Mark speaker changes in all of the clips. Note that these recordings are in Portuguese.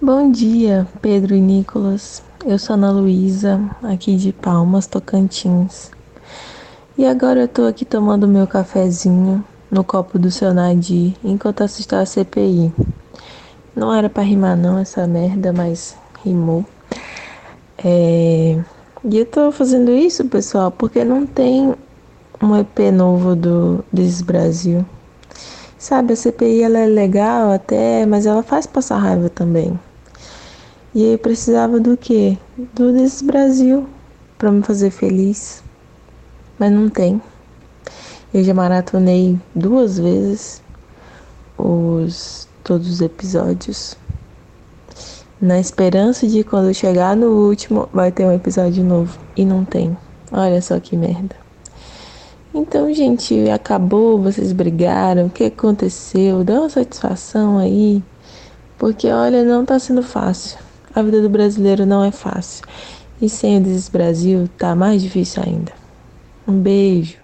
Speaker 1: Bom dia, Pedro e Nicolas. Eu sou Ana Luísa, aqui de Palmas, Tocantins. E agora eu tô aqui tomando meu cafezinho no copo do seu Nadir enquanto assisto a CPI. Não era pra rimar não essa merda, mas rimou. É... E eu tô fazendo isso, pessoal, porque não tem um EP novo do This Brasil. Sabe, a CPI ela é legal até, mas ela faz passar raiva também. E eu precisava do quê? Do This Brasil para me fazer feliz. Mas não tem. Eu já maratonei duas vezes os todos os episódios. Na esperança de quando eu chegar no último vai ter um episódio novo e não tem. Olha só que merda. Então, gente, acabou, vocês brigaram, o que aconteceu? Dá uma satisfação aí, porque olha, não tá sendo fácil. A vida do brasileiro não é fácil. E sem o Desis Brasil, tá mais difícil ainda. Um beijo.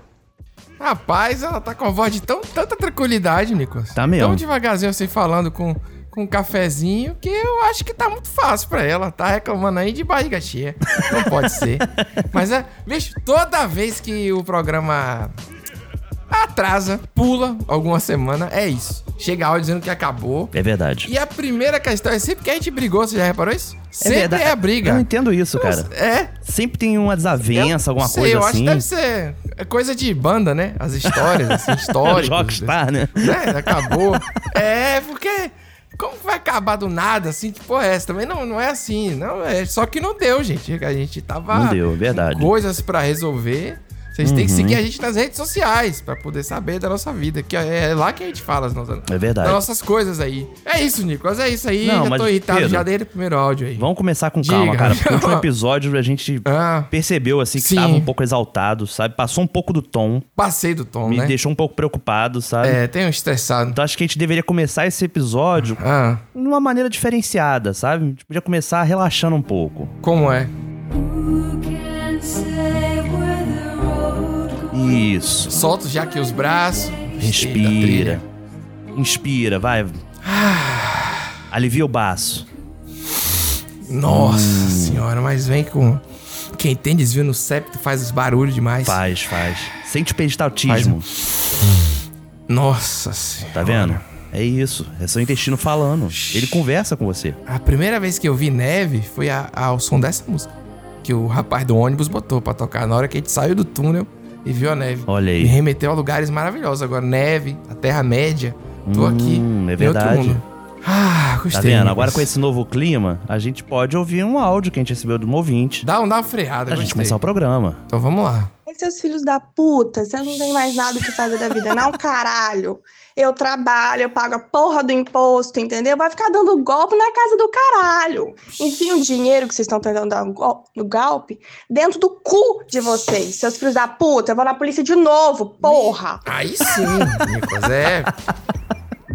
Speaker 2: Rapaz, ela tá com a voz de tão, tanta tranquilidade, Nicolas.
Speaker 3: Tá mesmo.
Speaker 2: Tão devagarzinho assim falando com, com um cafezinho que eu acho que tá muito fácil pra ela. Tá reclamando aí de barriga cheia. Não pode ser. Mas é, bicho, toda vez que o programa atrasa, pula alguma semana, é isso. Chega áudio dizendo que acabou.
Speaker 3: É verdade.
Speaker 2: E a primeira questão é sempre que a gente brigou, você já reparou isso? sempre
Speaker 3: verdade.
Speaker 2: é a
Speaker 3: Eu não
Speaker 2: briga.
Speaker 3: entendo isso, cara.
Speaker 2: É,
Speaker 3: Sempre tem uma desavença, alguma
Speaker 2: sei,
Speaker 3: coisa
Speaker 2: eu acho
Speaker 3: assim.
Speaker 2: que deve ser é coisa de banda, né? As histórias, assim, históricas.
Speaker 3: Rockstar, né?
Speaker 2: né? Acabou. é, porque. Como vai acabar do nada, assim? Que porra é essa? Também não, não é assim. não é Só que não deu, gente. A gente tava.
Speaker 3: Não deu, verdade. Uhum.
Speaker 2: com Coisas pra resolver. Vocês têm que seguir a gente nas redes sociais pra poder saber da nossa vida. Que é lá que a gente fala as nossas,
Speaker 3: É verdade.
Speaker 2: das nossas coisas aí. É isso, Nicolas. É isso aí.
Speaker 3: Não,
Speaker 2: já
Speaker 3: mas,
Speaker 2: tô irritado
Speaker 3: Pedro,
Speaker 2: já desde o primeiro áudio aí.
Speaker 3: Vamos começar com calma,
Speaker 2: Diga.
Speaker 3: cara. Porque o último episódio a gente
Speaker 2: Ah.
Speaker 3: percebeu, assim, que
Speaker 2: Sim.
Speaker 3: tava um pouco exaltado, sabe? Passou um pouco do tom,
Speaker 2: Passei do tom,
Speaker 3: me
Speaker 2: né?
Speaker 3: deixou um pouco preocupado, sabe?
Speaker 2: É, tem um estressado.
Speaker 3: Então acho que a gente deveria começar esse episódio
Speaker 2: Ah,
Speaker 3: de uma maneira diferenciada, sabe? A gente podia começar relaxando um pouco.
Speaker 2: como é?
Speaker 4: Who can say where the road
Speaker 3: Isso.
Speaker 2: Solta já aqui os braços. Eita,
Speaker 3: Respira.
Speaker 2: trilha.
Speaker 3: Inspira, vai.
Speaker 2: Ah.
Speaker 3: Alivia o baço.
Speaker 2: Nossa
Speaker 3: Hum.
Speaker 2: senhora, mas vem com. Quem tem desvio no septo faz os barulhos demais.
Speaker 3: Faz, faz. Sente o pedestaltismo.
Speaker 2: Nossa senhora.
Speaker 3: Tá vendo? É isso. É seu intestino falando. Ele conversa com você.
Speaker 2: A primeira vez que eu vi neve foi a- ao som dessa música. Que o rapaz do ônibus botou pra tocar na hora que a gente saiu do túnel e viu a neve.
Speaker 3: Olha aí.
Speaker 2: Me remeteu a lugares maravilhosos. Agora, neve, a Terra-média. Tô aqui.
Speaker 3: é
Speaker 2: em
Speaker 3: verdade.
Speaker 2: Outro mundo. Ah,
Speaker 3: Tá
Speaker 2: gostei.
Speaker 3: vendo?
Speaker 2: Nicolas.
Speaker 3: Agora com esse novo clima, a gente pode ouvir um áudio que a gente recebeu de um ouvinte.
Speaker 2: Dá, um, dá uma freada,
Speaker 3: Pra
Speaker 2: gostei.
Speaker 3: gente começar o programa.
Speaker 2: Então vamos lá.
Speaker 5: Ai, seus filhos da puta, vocês não têm mais nada que fazer da vida, não, caralho. Eu trabalho, eu pago a porra do imposto, entendeu? Vai ficar dando golpe na casa do caralho. Enfim, o dinheiro que vocês estão tentando dar gol- no golpe dentro do cu de vocês, seus filhos da puta. Eu vou na polícia de novo, porra.
Speaker 2: Aí sim, Nicolas, é.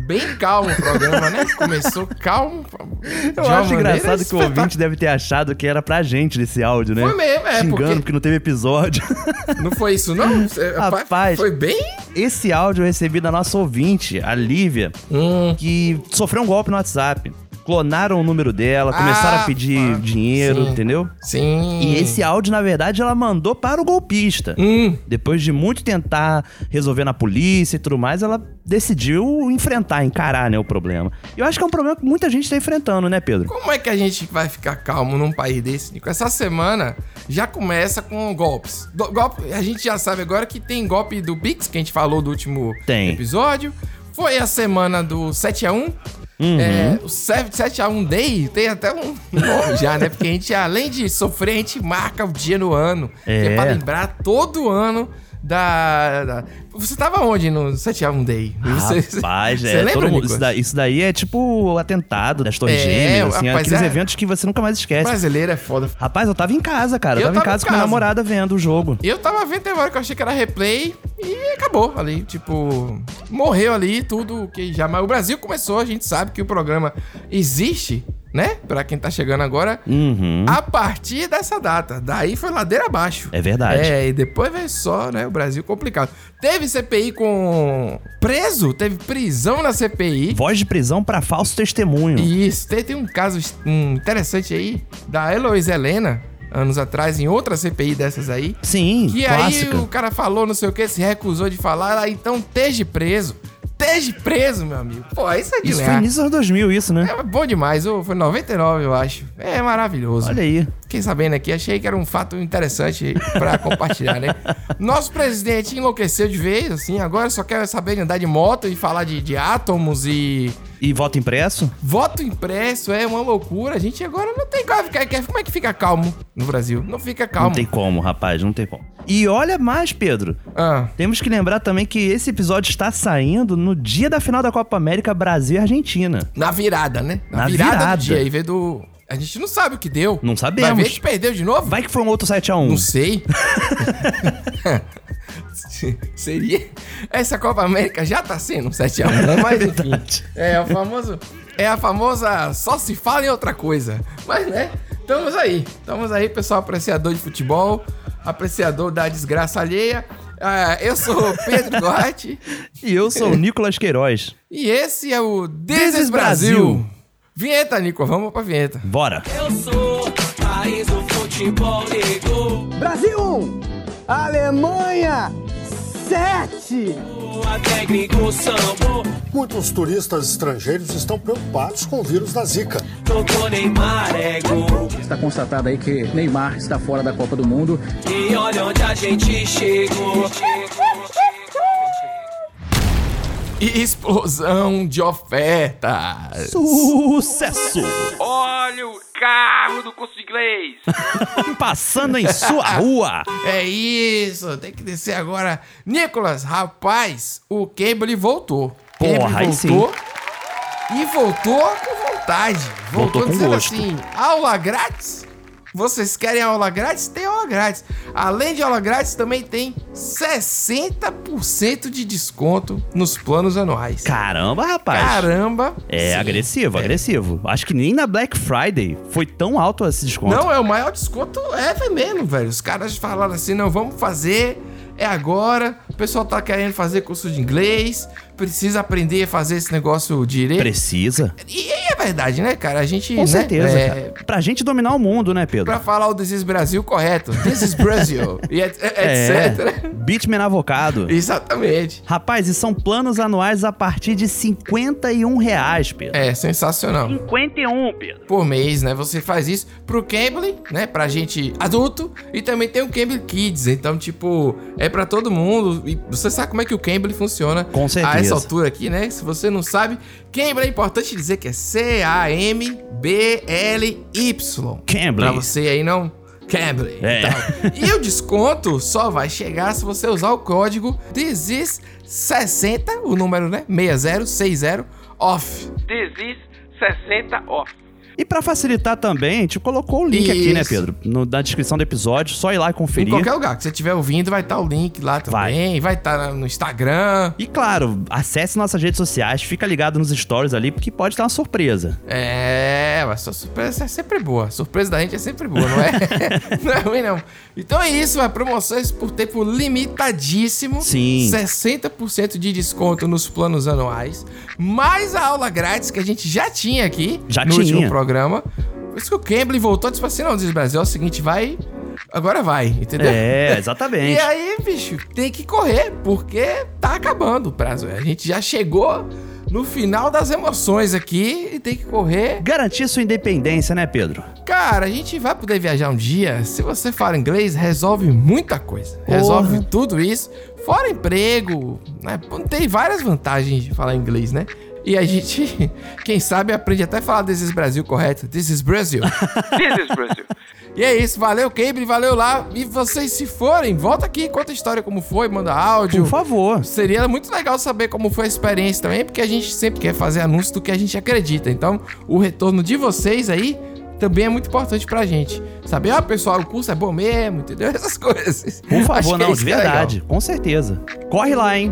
Speaker 2: Bem calmo o programa, né? Começou calmo. de
Speaker 3: Eu
Speaker 2: uma
Speaker 3: acho
Speaker 2: maneira
Speaker 3: engraçado que o
Speaker 2: espetacular.
Speaker 3: ouvinte deve ter achado que era pra gente desse áudio, né?
Speaker 2: é Foi mesmo, é,
Speaker 3: Xingando
Speaker 2: porque-
Speaker 3: porque... não teve episódio.
Speaker 2: Não foi isso, não? Cê-
Speaker 3: Rapaz.
Speaker 2: Foi bem.
Speaker 3: Esse áudio eu recebi da nossa ouvinte, a Lívia,
Speaker 2: Hum.
Speaker 3: que sofreu um golpe no WhatsApp. Clonaram o número dela, começaram
Speaker 2: Ah,
Speaker 3: a pedir
Speaker 2: pá.
Speaker 3: dinheiro,
Speaker 2: Sim.
Speaker 3: entendeu?
Speaker 2: Sim.
Speaker 3: E esse áudio, na verdade, ela mandou para o golpista.
Speaker 2: Hum.
Speaker 3: Depois de muito tentar resolver na polícia e tudo mais, ela decidiu enfrentar, encarar, né, o problema. Eu acho que é um problema que muita gente tá enfrentando, né, Pedro?
Speaker 2: Como é que a gente vai ficar calmo num país desse, Nico? Essa semana já começa com golpes. Do- golpe, a gente já sabe agora que tem golpe do Pix, que a gente falou do último
Speaker 3: Tem.
Speaker 2: episódio. Foi a semana do 7x1.
Speaker 3: Uhum.
Speaker 2: É, o 7x1 Day tem até um nome já, né? Porque a gente, além de sofrer, a gente marca o dia no ano. Que é
Speaker 3: É.
Speaker 2: pra lembrar todo ano da. da- Você tava onde no 7x1 Day? Você- você-
Speaker 3: Rapaz,
Speaker 2: você
Speaker 3: é, todo mundo,
Speaker 2: Nicolas?
Speaker 3: isso, daí, isso daí é tipo o atentado das torres
Speaker 2: É,
Speaker 3: gêmeas, assim,
Speaker 2: rapaz,
Speaker 3: aqueles
Speaker 2: é.
Speaker 3: eventos que você nunca mais esquece.
Speaker 2: Brasileiro é foda.
Speaker 3: Rapaz, eu tava em casa, cara. Eu
Speaker 2: Eu
Speaker 3: tava, em
Speaker 2: tava em
Speaker 3: casa com minha
Speaker 2: casa.
Speaker 3: namorada vendo o jogo.
Speaker 2: Eu tava vendo tem hora que eu achei que era replay e acabou ali, tipo, morreu ali tudo que já, mas o Brasil começou, a gente sabe que o programa existe né? Pra quem tá chegando agora,
Speaker 3: Uhum.
Speaker 2: a partir dessa data. Daí foi ladeira abaixo.
Speaker 3: É verdade.
Speaker 2: É, e depois veio só, né? O Brasil complicado. Teve CPI com preso, teve prisão na CPI.
Speaker 3: Voz de prisão pra falso testemunho.
Speaker 2: Isso, tem, tem um caso hum, interessante aí da Heloísa Helena, anos atrás, em outra CPI dessas aí.
Speaker 3: Sim,
Speaker 2: Que
Speaker 3: clássica.
Speaker 2: aí o cara falou não sei o que, se recusou de falar, ela, então esteja preso. Esteja preso, meu amigo. Pô, isso é de
Speaker 3: Isso
Speaker 2: isso
Speaker 3: foi início dos 2000, isso, né?
Speaker 2: É bom demais, ô, foi 99, eu acho. É maravilhoso.
Speaker 3: Olha aí.
Speaker 2: Fiquei sabendo aqui, achei que era um fato interessante pra compartilhar, né? Nosso presidente enlouqueceu de vez, assim, agora só quer saber de andar de moto e falar de, de átomos e
Speaker 3: E voto impresso?
Speaker 2: voto impresso, é uma loucura. A gente agora não tem como ficar, quer- como é que fica calmo no Brasil? Não fica calmo.
Speaker 3: Não tem como, rapaz, não tem como. E olha mais, Pedro.
Speaker 2: Ah,
Speaker 3: Temos que lembrar também que esse episódio está saindo no dia da final da Copa América Brasil e Argentina.
Speaker 2: na virada, né?
Speaker 3: Na virada.
Speaker 2: do dia, aí veio do... A gente não sabe o que deu.
Speaker 3: Não
Speaker 2: Vai ver
Speaker 3: sabemos.
Speaker 2: que perdeu de novo?
Speaker 3: Vai que foi um outro 7 a 1
Speaker 2: Não sei. Seria. Essa Copa América já tá sendo um 7x1, né? mas enfim. É o famoso. É a famosa só se fala em outra coisa. Mas né, estamos aí. Estamos aí, pessoal apreciador de futebol, apreciador da desgraça alheia. Ah, eu sou o Pedro Duarte
Speaker 3: E eu sou o Nicolas Queiroz.
Speaker 2: e esse é o This,
Speaker 3: This
Speaker 2: is
Speaker 3: is
Speaker 2: Brasil.
Speaker 3: Brasil.
Speaker 2: Vinheta, Nico, vamos pra vinheta.
Speaker 3: Bora.
Speaker 6: Eu sou país do futebol ligou.
Speaker 7: Brasil 1, Alemanha 7.
Speaker 6: Até gringo sambou.
Speaker 8: Muitos turistas estrangeiros estão preocupados com o vírus da Zika.
Speaker 6: Tocou Neymar é gol.
Speaker 9: Está constatado aí que Neymar está fora da Copa do Mundo.
Speaker 6: E olha onde a gente chegou.
Speaker 2: E explosão de ofertas.
Speaker 3: Sucesso!
Speaker 2: Olha o carro do curso de inglês.
Speaker 3: Passando em sua rua.
Speaker 2: É isso, tem que descer agora. Nicolas, rapaz, o Cable voltou.
Speaker 3: Porra,
Speaker 2: Cable
Speaker 3: aí
Speaker 2: voltou. E voltou com vontade. Voltou,
Speaker 3: Voltou com
Speaker 2: dizendo
Speaker 3: gosto.
Speaker 2: assim: aula grátis? Vocês querem aula grátis? Tem aula grátis. Além de aula grátis, também tem 60% de desconto nos planos anuais.
Speaker 3: Caramba, rapaz.
Speaker 2: Caramba!
Speaker 3: É
Speaker 2: Sim.
Speaker 3: agressivo, agressivo. Acho que nem na Black Friday foi tão alto esse desconto.
Speaker 2: Não, é o maior desconto ever mesmo, velho. Os caras falaram assim, não, vamos fazer, é agora. O pessoal tá querendo fazer curso de inglês, precisa aprender a fazer esse negócio
Speaker 3: é.
Speaker 2: direito.
Speaker 3: Precisa.
Speaker 2: E, e é verdade, né, cara? A gente,
Speaker 3: Com
Speaker 2: né,
Speaker 3: certeza,
Speaker 2: é,
Speaker 3: cara. Pra gente dominar o mundo, né, Pedro?
Speaker 2: Pra falar o This is Brasil correto. This is Brasil. e et- et- etc.
Speaker 3: É, Bitman Avocado.
Speaker 2: Exatamente.
Speaker 3: Rapaz, e são planos anuais a partir de R$ 51 reais, Pedro.
Speaker 2: É, sensacional.
Speaker 3: 51, Pedro.
Speaker 2: por mês, né? Você faz isso pro Cambly, né? Pra gente adulto. E também tem o Cambly Kids. Então, tipo, é pra todo mundo. E você sabe como é que o Cambly funciona
Speaker 3: Com certeza.
Speaker 2: a essa altura aqui, né? Se você não sabe, Cambly é importante dizer que é C-A-M-B-L-Y. Pra
Speaker 3: Cambly.
Speaker 2: você aí não. Cambly.
Speaker 3: É.
Speaker 2: E o desconto só vai chegar se você usar o código DISIS60, o número, né? 6060 OFF. DISIS60 OFF.
Speaker 3: E pra facilitar também, a gente colocou o link aqui, né,
Speaker 2: Isso.
Speaker 3: Pedro? No- na descrição do episódio, só ir lá e
Speaker 2: Em
Speaker 3: conferir.
Speaker 2: qualquer lugar que você estiver ouvindo, vai estar o link lá também. Vai estar no Instagram.
Speaker 3: E claro, acesse nossas redes sociais, fica ligado nos stories ali, porque pode estar uma surpresa.
Speaker 2: É, mas sua surpresa é sempre boa. A surpresa da gente é sempre boa, não é? não é ruim, não. Então é isso, é promoções por tempo limitadíssimo.
Speaker 3: Sim.
Speaker 2: 60% de desconto nos planos anuais. Mais a aula grátis que a gente já tinha aqui.
Speaker 3: Já
Speaker 2: no
Speaker 3: tinha.
Speaker 2: último programa. Por isso que o Cambly voltou e disse assim, não, diz Brasil, é o seguinte, vai... Agora vai, entendeu?
Speaker 3: É, exatamente.
Speaker 2: E aí, bicho, tem que correr, porque tá acabando o prazo. A gente já chegou no final das emoções aqui e tem que correr.
Speaker 3: Garantir sua independência, né, Pedro?
Speaker 2: Cara, a gente vai poder viajar um dia. Se você fala inglês, resolve muita coisa. Resolve tudo isso. Fora emprego, né? Pô, Tem várias vantagens de falar inglês, né? E a gente, quem sabe, aprende até a falar This is Brasil correto. This is Brasil. This is Brasil. E é isso, valeu, Cambridge, valeu lá. E vocês, se forem, volta aqui, conta a história como foi, manda áudio.
Speaker 3: Por favor.
Speaker 2: Seria muito legal saber como foi a experiência também, porque a gente sempre quer fazer anúncio do que a gente acredita. Então, o retorno de vocês aí também é muito importante pra gente. Saber, ó, pessoal, o curso é bom mesmo, entendeu? Essas coisas.
Speaker 3: Por
Speaker 2: Acho que
Speaker 3: favor,
Speaker 2: é
Speaker 3: não,
Speaker 2: isso
Speaker 3: de
Speaker 2: que é
Speaker 3: verdade, com certeza. Corre lá, hein?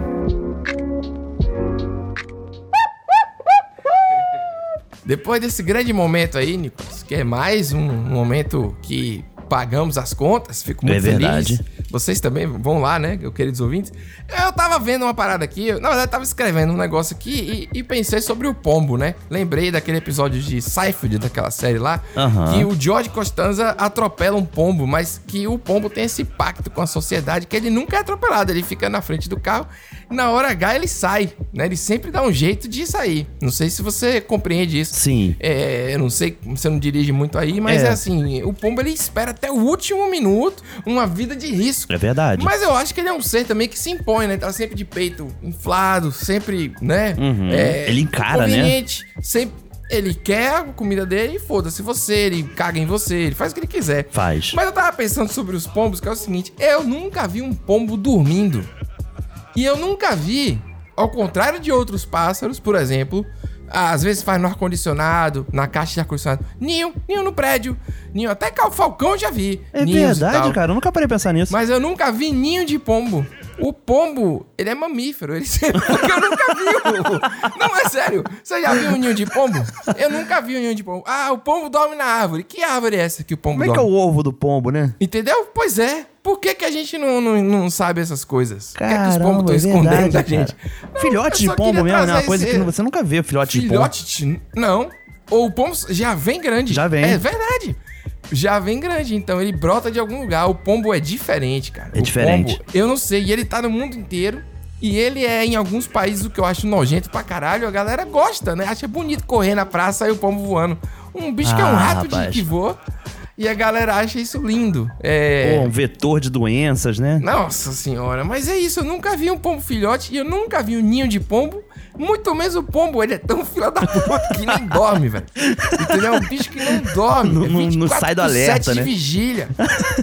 Speaker 2: Depois desse grande momento aí, Nicolas, que é mais um momento que pagamos as contas, fico muito
Speaker 3: É
Speaker 2: feliz.
Speaker 3: verdade.
Speaker 2: Vocês também vão lá, né, queridos ouvintes? Eu tava vendo uma parada aqui, eu, na verdade tava escrevendo um negócio aqui e, e pensei sobre o pombo, né? Lembrei daquele episódio de Seinfeld, daquela série lá,
Speaker 3: Aham.
Speaker 2: que o George Costanza atropela um pombo, mas que o pombo tem esse pacto com a sociedade que ele nunca é atropelado, ele fica na frente do carro e na hora H ele sai, né? Ele sempre dá um jeito de sair. Não sei se você compreende isso.
Speaker 3: Sim.
Speaker 2: É, eu não sei, você não dirige muito aí, mas
Speaker 3: É.
Speaker 2: é, assim, o pombo ele espera até o último minuto uma vida de risco.
Speaker 3: É verdade.
Speaker 2: Mas eu acho que ele é um ser também que se impõe, né? Tá sempre de peito inflado, sempre, né?
Speaker 3: Uhum.
Speaker 2: É,
Speaker 3: Ele encara, né?
Speaker 2: conveniente, sempre ele quer a comida dele e foda-se você, ele caga em você, ele faz o que ele quiser.
Speaker 3: Faz.
Speaker 2: Mas eu tava pensando sobre os pombos, que é o seguinte, eu nunca vi um pombo dormindo. E eu nunca vi, ao contrário de outros pássaros, por exemplo, às vezes faz no ar-condicionado, na caixa de ar-condicionado, ninho, ninho no prédio, ninho, até que o Falcão eu já vi.
Speaker 3: É
Speaker 2: ninhos e
Speaker 3: verdade,
Speaker 2: tal.
Speaker 3: cara. Eu nunca parei de pensar nisso.
Speaker 2: Mas eu nunca vi ninho de pombo. O pombo, ele é mamífero, ele Porque eu nunca vi o... Não, é sério. Você já viu um ninho de pombo? Eu nunca vi um ninho de pombo. Ah, o pombo dorme na árvore. Que árvore é essa que o pombo
Speaker 3: Como é que
Speaker 2: dorme?
Speaker 3: é o ovo do pombo, né?
Speaker 2: Entendeu? Pois é. Por que, que a gente não, não, não sabe essas coisas? o que, é que os
Speaker 3: Caramba,
Speaker 2: pombos estão
Speaker 3: é
Speaker 2: escondendo
Speaker 3: verdade,
Speaker 2: da gente?
Speaker 3: cara.
Speaker 2: Não,
Speaker 3: filhote
Speaker 2: eu
Speaker 3: de
Speaker 2: só
Speaker 3: pombo
Speaker 2: queria
Speaker 3: mesmo, né? Uma
Speaker 2: trazer
Speaker 3: coisa
Speaker 2: esse
Speaker 3: que você nunca vê, filhote de pombo.
Speaker 2: Filhote de... Não. Ou o pombo já vem grande.
Speaker 3: Já vem.
Speaker 2: É verdade. Já vem grande, então ele brota de algum lugar. O pombo é diferente, cara.
Speaker 3: É
Speaker 2: O
Speaker 3: diferente.
Speaker 2: pombo, eu não sei. E ele tá no mundo inteiro. E ele é, em alguns países, o que eu acho nojento pra caralho. A galera gosta, né? Acha bonito correr na praça e o pombo voando. Um bicho que é um
Speaker 3: Ah,
Speaker 2: rato de,
Speaker 3: rapaz.
Speaker 2: que voa. E a galera acha isso lindo. É.
Speaker 3: Pô, um vetor de doenças, né?
Speaker 2: Nossa senhora, mas é isso, eu nunca vi um pombo filhote e eu nunca vi um ninho de pombo, muito menos o pombo, ele é tão filho da puta que nem dorme, velho. Entendeu? É um bicho que não dorme.
Speaker 3: Não-
Speaker 2: é
Speaker 3: não- não
Speaker 2: 24
Speaker 3: sai do
Speaker 2: por
Speaker 3: alerta,
Speaker 2: 7
Speaker 3: né?
Speaker 2: de vigília.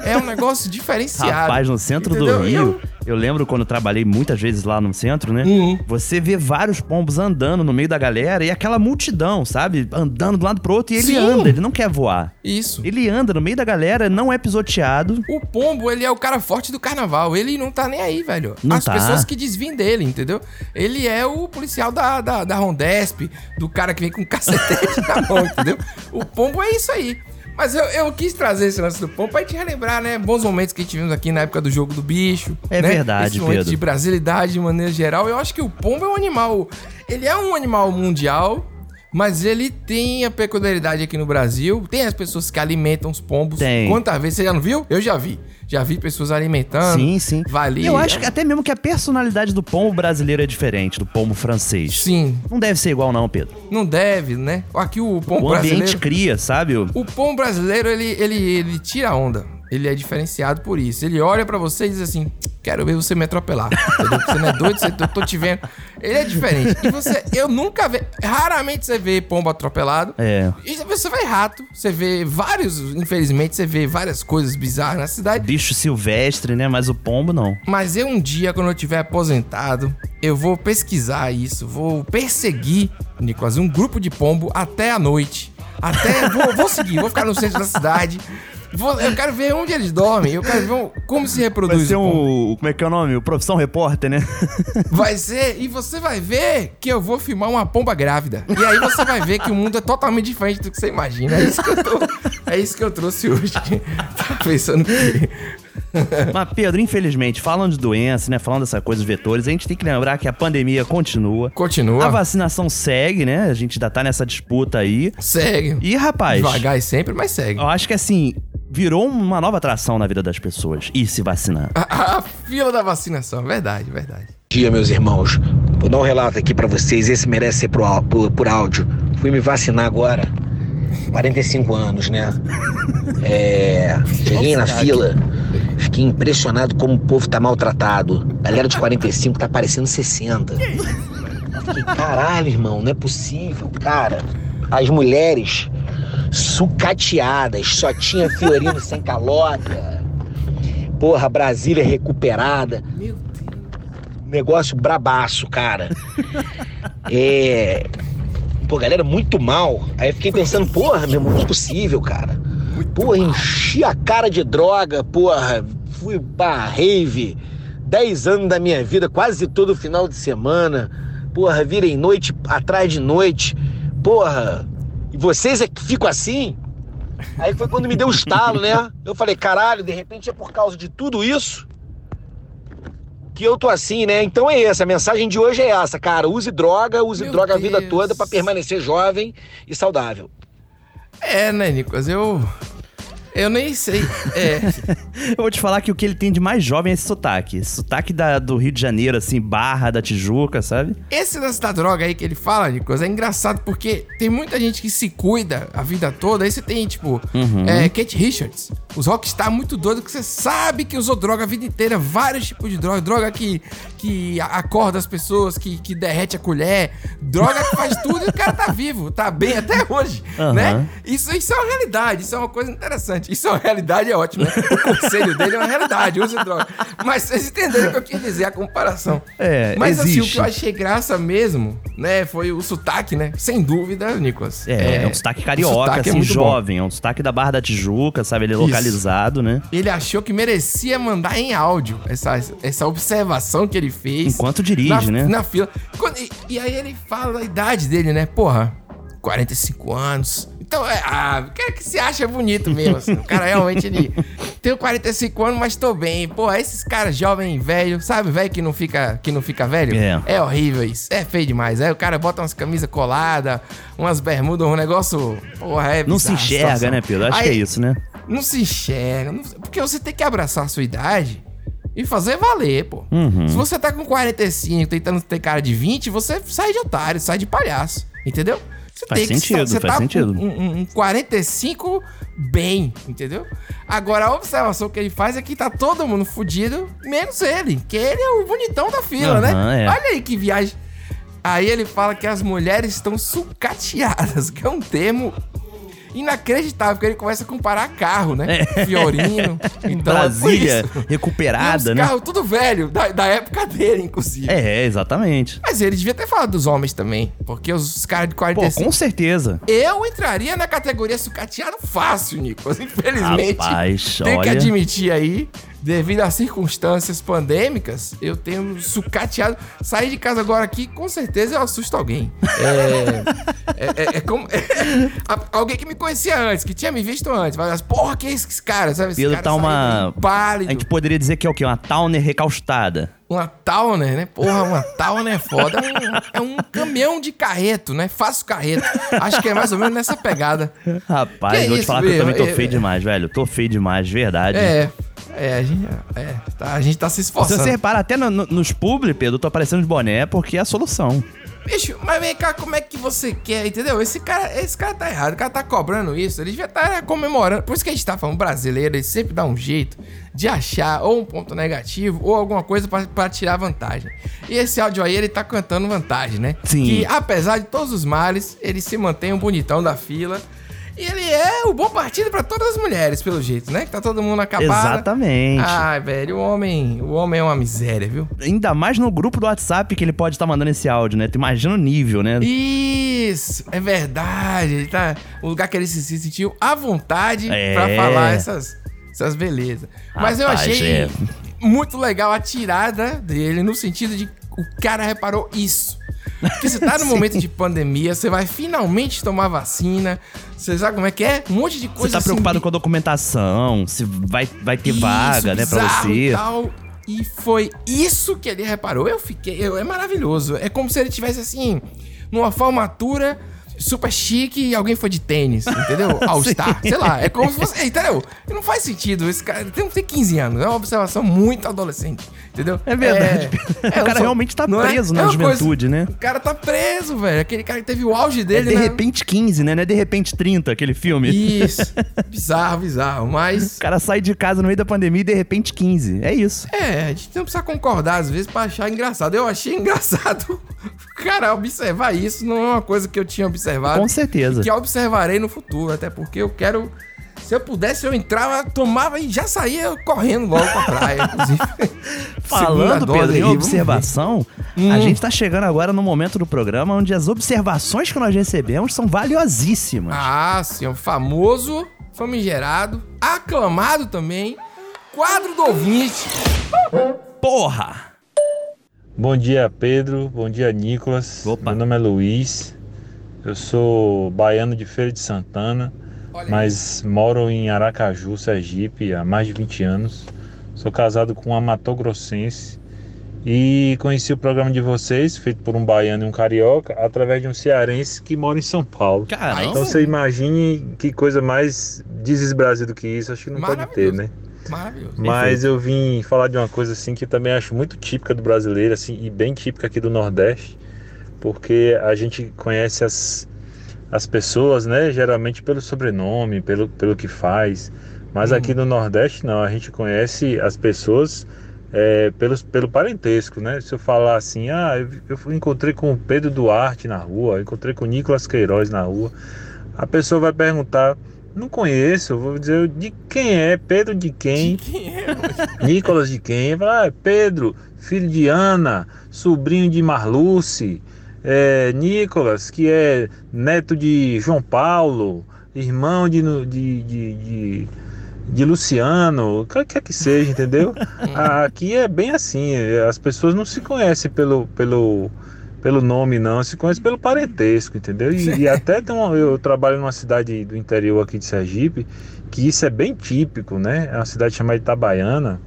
Speaker 2: É um negócio diferenciado.
Speaker 3: Rapaz, no centro
Speaker 2: entendeu?
Speaker 3: do
Speaker 2: E
Speaker 3: Rio, eu... lembro quando eu trabalhei muitas vezes lá no centro, né?
Speaker 2: Uhum.
Speaker 3: Você vê vários pombos andando no meio da galera e aquela multidão, sabe? Andando de um lado pro outro e ele
Speaker 2: Sim.
Speaker 3: anda, ele não quer voar.
Speaker 2: Isso.
Speaker 3: Ele anda no meio da galera, não é pisoteado.
Speaker 2: O pombo, ele é o cara forte do carnaval. Ele não tá nem aí, velho.
Speaker 3: Não
Speaker 2: As
Speaker 3: tá.
Speaker 2: pessoas que desviem dele, entendeu? Ele é o policial da, da, da Rondesp, do cara que vem com um cacetete na mão, entendeu? O pombo é isso aí. Mas eu, eu quis trazer esse lance do pombo pra gente relembrar, né? Bons momentos que tivemos aqui na época do jogo do bicho.
Speaker 3: É
Speaker 2: né?
Speaker 3: verdade,
Speaker 2: Esse momento
Speaker 3: Pedro.
Speaker 2: de brasilidade de maneira geral. Eu acho que o pombo é um animal. Ele é um animal mundial. Mas ele tem a peculiaridade aqui no Brasil. Tem as pessoas que alimentam os pombos.
Speaker 3: Tem.
Speaker 2: Quantas vezes você já não viu? Eu já vi. Já vi pessoas alimentando.
Speaker 3: Sim, sim.
Speaker 2: Ah, Vale.
Speaker 3: Eu acho que até mesmo que a personalidade do pombo brasileiro é diferente do pombo francês.
Speaker 2: Sim,
Speaker 3: Não deve ser igual, não, Pedro.
Speaker 2: não deve, né? Aqui o pombo
Speaker 3: o ambiente
Speaker 2: brasileiro.
Speaker 3: cria, sabe? O-
Speaker 2: O pombo brasileiro, ele, ele, ele tira a onda. Ele é diferenciado por isso. Ele olha pra você e diz assim: quero ver você me atropelar. Entendeu? Você não é doido, você, eu tô te vendo. Ele é diferente. E você, eu nunca vejo. Raramente você vê pombo atropelado.
Speaker 3: É.
Speaker 2: E você vê rato, você vê vários. Infelizmente, você vê várias coisas bizarras na cidade.
Speaker 3: Bicho silvestre, né? Mas o pombo não.
Speaker 2: Mas eu um dia, quando eu tiver aposentado, eu vou pesquisar isso, vou perseguir, Nicolas, um grupo de pombo até a noite. Até. vou, vou seguir, vou ficar no centro da cidade. Vou- eu quero ver onde eles dormem, eu quero ver o- como se reproduz
Speaker 3: Vai ser
Speaker 2: o pombo.
Speaker 3: um. Como é que é o nome? O Profissão Repórter, né?
Speaker 2: Vai ser, e você vai ver que eu vou filmar uma pomba grávida. E aí você vai ver que o mundo é totalmente diferente do que você imagina. É isso que eu, tô, é isso que eu trouxe hoje. Tá pensando que.
Speaker 3: Mas, Pedro, infelizmente, falando de doença, né? Falando dessa coisa dos vetores, a gente tem que lembrar que a pandemia continua. A
Speaker 2: Continua.
Speaker 3: vacinação segue, né? A gente ainda tá nessa disputa aí.
Speaker 2: Segue.
Speaker 3: E, rapaz,
Speaker 2: Devagar e sempre, mas segue.
Speaker 3: eu acho que assim, virou uma nova atração na vida das pessoas. Ir se vacinar.
Speaker 2: A, a fila da vacinação, é verdade, verdade.
Speaker 10: Bom dia, meus irmãos. Vou dar um relato aqui pra vocês, esse merece ser pro á- por, por áudio. Fui me vacinar agora, 45 anos, né? É, cheguei na fila, fiquei impressionado como o povo tá maltratado. Galera de 45 tá parecendo 60. Eu Fiquei, caralho, irmão, não é possível, cara. As mulheres sucateadas, só tinha Fiorino sem calota. Porra, Brasília recuperada negócio brabaço, cara. É. Pô, galera, muito mal. Aí eu fiquei pensando, porra, meu irmão, não é possível, cara. Porra, enchi a cara de droga, porra. Fui pra rave. Dez anos da minha vida, quase todo final de semana. Porra, virei noite atrás de noite. Porra, vocês é que ficam assim? Aí foi quando me deu o estalo, né? Eu falei, caralho, de repente é por causa de tudo isso que eu tô assim, né? Então é essa, a mensagem de hoje é essa, cara. Use droga, use
Speaker 2: Meu
Speaker 10: droga a
Speaker 2: Deus.
Speaker 10: vida toda pra permanecer jovem e saudável.
Speaker 2: É, né, Nicolas? Eu. Eu nem sei. É.
Speaker 3: Eu vou te falar que o que ele tem de mais jovem é esse sotaque. Esse Sotaque da, do Rio de Janeiro, assim, barra da Tijuca, sabe?
Speaker 2: Esse lance da droga aí que ele fala, Nicolas, é engraçado porque tem muita gente que se cuida a vida toda. Aí você tem, tipo,
Speaker 3: Uhum.
Speaker 2: é, Kate Richards. Os rockstar muito doido que você sabe que usou droga a vida inteira, vários tipos de droga. Droga que, que a- acorda as pessoas, que, que derrete a colher. Droga que faz tudo e o cara tá vivo, tá bem até hoje,
Speaker 3: Aham.
Speaker 2: né? Isso, isso é uma realidade, isso é uma coisa interessante. Isso é uma realidade, é ótimo, né? O conselho dele é uma realidade, use droga. Mas vocês entenderam o que eu quis dizer, a comparação.
Speaker 3: É,
Speaker 2: Mas
Speaker 3: existe.
Speaker 2: assim, o que eu achei graça mesmo, né, foi o sotaque, né? Sem dúvida, Nicolas.
Speaker 3: É, é, um sotaque carioca,
Speaker 2: o sotaque é
Speaker 3: assim,
Speaker 2: muito bom.
Speaker 3: jovem. É um sotaque da Barra da Tijuca, sabe? Ele é
Speaker 2: Isso.
Speaker 3: localizado, né?
Speaker 2: Ele achou que merecia mandar em áudio essa, essa observação que ele fez.
Speaker 3: Enquanto dirige,
Speaker 2: na,
Speaker 3: né?
Speaker 2: Na fila. Quando- e, e aí ele fala a idade dele, né? Porra, 45 anos. Então, é, ah, o cara que se acha bonito mesmo, assim. O cara realmente, ele... Tenho 45 anos, mas tô bem. Porra, esses caras jovem e velho, sabe? Velho que não fica, que não fica velho.
Speaker 3: É.
Speaker 2: É horrível isso. É feio demais. Aí o cara bota umas camisas coladas, umas bermudas, um negócio... Porra, é
Speaker 3: Não se
Speaker 2: bizarra a
Speaker 3: enxerga,
Speaker 2: situação.
Speaker 3: né, Pedro? Acho que é
Speaker 2: Aí-
Speaker 3: isso, né?
Speaker 2: não se enxerga. não- porque você tem que abraçar a sua idade e fazer valer, pô.
Speaker 3: Uhum.
Speaker 2: Se você tá com 45 tentando ter cara de 20, você sai de otário, sai de palhaço. Entendeu? Você
Speaker 3: Faz sentido,
Speaker 2: você
Speaker 3: faz
Speaker 2: tá com
Speaker 3: sentido.
Speaker 2: Um, um- um 45 bem, entendeu? Agora, a observação que ele faz é que tá todo mundo fudido, menos ele. Que ele é o bonitão da fila,
Speaker 3: Aham,
Speaker 2: né?
Speaker 3: é.
Speaker 2: Olha aí que viagem. Aí ele fala que as mulheres estão sucateadas, que é um termo inacreditável, porque ele começa a comparar carro, né? Fiorino. Então,
Speaker 3: É. Brasília
Speaker 2: é por isso. E
Speaker 3: recuperada,
Speaker 2: uns
Speaker 3: né?
Speaker 2: carros tudo velho, da, da época dele, inclusive.
Speaker 3: É, exatamente.
Speaker 2: Mas ele devia ter falado dos homens também, porque os caras de
Speaker 3: Pô,
Speaker 2: 45...
Speaker 3: com certeza.
Speaker 2: Eu entraria na categoria sucateado fácil, Nicolas. Infelizmente,
Speaker 3: Rapaz,
Speaker 2: tenho que
Speaker 3: olha.
Speaker 2: admitir aí, devido às circunstâncias pandêmicas, eu tenho sucateado. Sair de casa agora aqui, com certeza eu assusto alguém. É, é, é- é como... a- alguém que me conhecia antes, que tinha me visto antes. Vai falar, porra, que é esse cara? Sabe, esse
Speaker 3: Pedro
Speaker 2: cara
Speaker 3: tá
Speaker 2: saiu
Speaker 3: uma-
Speaker 2: um Pálido.
Speaker 3: A gente poderia dizer que é o quê? Uma Towner recaustada.
Speaker 2: Uma Towner, né? Porra, uma Towner é foda. É um, é um caminhão de carreto, né? Faço carreto. Acho que é mais ou menos nessa pegada.
Speaker 3: Rapaz,
Speaker 2: Que
Speaker 3: vou te
Speaker 2: isso,
Speaker 3: falar que eu
Speaker 2: Pedro?
Speaker 3: também tô
Speaker 2: Eu-
Speaker 3: feio demais, velho. Tô feio demais, verdade.
Speaker 2: É, é, a gente, é, tá, a gente tá se
Speaker 3: Se
Speaker 2: esforçando.
Speaker 3: você repara, até no- no- nos publi, Pedro, eu tô aparecendo de boné porque é a solução.
Speaker 2: Bicho, mas vem cá, como é que você quer, entendeu? Esse cara, esse cara tá errado, o cara tá cobrando isso, ele devia estar comemorando. Por isso que a gente tá falando, brasileiro, ele sempre dá um jeito de achar ou um ponto negativo ou alguma coisa pra- pra tirar vantagem. E esse áudio aí, ele tá cantando vantagem, né?
Speaker 3: Sim.
Speaker 2: Que apesar de todos os males, ele se mantém um bonitão da fila. E ele é o bom partido pra todas as mulheres, pelo jeito, né? Que tá todo mundo acabado.
Speaker 3: Exatamente.
Speaker 2: Ai, velho, o homem, o homem é uma miséria, viu?
Speaker 3: Ainda mais no grupo do WhatsApp que ele pode estar mandando esse áudio, né? Tu imagina o nível, né?
Speaker 2: Isso, é verdade. Ele tá, o lugar que ele se, se sentiu à vontade
Speaker 3: É.
Speaker 2: pra falar essas, essas belezas. Mas eu
Speaker 3: Rapaz,
Speaker 2: achei
Speaker 3: é.
Speaker 2: muito legal a tirada dele, no sentido de o cara reparou isso. Porque você tá no momento de pandemia, você vai finalmente tomar vacina, você sabe como é que é? Um monte de
Speaker 3: Você
Speaker 2: coisa
Speaker 3: tá
Speaker 2: assim,
Speaker 3: preocupado com a documentação, se vai, vai ter
Speaker 2: isso,
Speaker 3: vaga, né, pra
Speaker 2: bizarro
Speaker 3: você.
Speaker 2: E, tal. E foi isso que ele reparou. Eu fiquei. eu- é maravilhoso. É como se ele tivesse assim, numa formatura super chique e alguém foi de tênis, entendeu? All-Star, sei lá. É como se fosse. Entendeu? Não faz sentido. Esse cara ele tem, tem 15 anos. É uma observação muito adolescente, entendeu?
Speaker 3: É verdade. o cara realmente tá
Speaker 2: não é?
Speaker 3: preso
Speaker 2: É
Speaker 3: na
Speaker 2: uma coisa-
Speaker 3: juventude, né?
Speaker 2: O cara tá preso, velho. Aquele cara que teve o auge
Speaker 3: É
Speaker 2: dele,
Speaker 3: de
Speaker 2: né?
Speaker 3: repente 15, né? Não é de repente 30 aquele filme.
Speaker 2: Isso. Bizarro, bizarro. Mas.
Speaker 3: O cara sai de casa no meio da pandemia e de repente 15. É isso.
Speaker 2: É, a gente não precisa concordar às vezes pra achar engraçado. Eu achei engraçado. Cara, observar isso não é uma coisa que eu tinha observado.
Speaker 3: Com certeza.
Speaker 2: E que eu observarei no futuro, até porque eu quero. Se eu pudesse, eu entrava, tomava e já saía correndo logo pra praia, inclusive. Segunda
Speaker 3: Falando,
Speaker 2: dose
Speaker 3: Pedro,
Speaker 2: aí,
Speaker 3: em
Speaker 2: vamos Hum.
Speaker 3: observação, a gente tá chegando agora no momento do programa onde as observações que nós recebemos são
Speaker 2: ver.
Speaker 3: valiosíssimas.
Speaker 2: Ah, sim, o famoso, famigerado, aclamado também, quadro do ouvinte.
Speaker 3: Porra!
Speaker 11: Bom dia, Pedro. Bom dia, Nicolas.
Speaker 3: Opa.
Speaker 11: Meu nome é Luiz. Eu sou baiano de Feira de Santana, mas moro em Aracaju, Sergipe, há mais de 20 anos. Sou casado com uma matogrossense e conheci o programa de vocês, feito por um baiano e um carioca, através de um cearense que mora em São Paulo.
Speaker 3: Caramba!
Speaker 11: Então você imagine que coisa mais desesbrasil do que isso, acho que não pode ter, né?
Speaker 2: Maravilhoso.
Speaker 11: Mas eu vim falar de uma coisa assim que também acho muito típica do brasileiro, assim, e bem típica aqui do Nordeste, porque a gente conhece as, as pessoas, né, geralmente pelo sobrenome, pelo, pelo que faz. Mas aqui no Nordeste não, a gente conhece as pessoas é, pelos, pelo parentesco, né? Se eu falar assim, ah, eu, eu fui- encontrei com o Pedro Duarte na rua, eu encontrei com o Nicolas Queiroz na rua, a pessoa vai perguntar, não conheço, eu vou dizer de quem é, Pedro de quem? Nicolas de quem? Fala, ah, Pedro, filho de Ana, sobrinho de Marluce, é, Nicolas, que é neto de João Paulo, irmão de, nu- de, de, de, de Luciano, o que quer que seja, entendeu? Ah, Aqui é bem assim, é, as pessoas não se conhecem pelo. pelo pelo nome não, se conhece pelo parentesco, entendeu? E, e até tem uma- eu trabalho numa cidade do interior aqui de Sergipe, que isso é bem típico, né? É uma cidade chamada Itabaiana.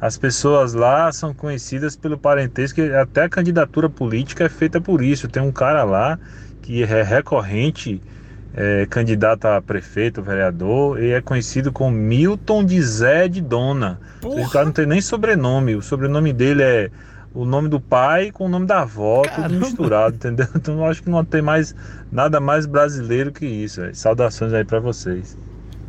Speaker 11: As pessoas lá são conhecidas pelo parentesco, e até a candidatura política é feita por isso. Tem um cara lá que é recorrente é, candidato a prefeito, vereador, e é conhecido como Milton de Zé de Dona. O cara não tem nem sobrenome, o sobrenome dele é o nome do pai com o nome da avó, tudo misturado, entendeu? Então eu acho que não tem mais nada mais brasileiro que isso. velho. Saudações aí pra vocês.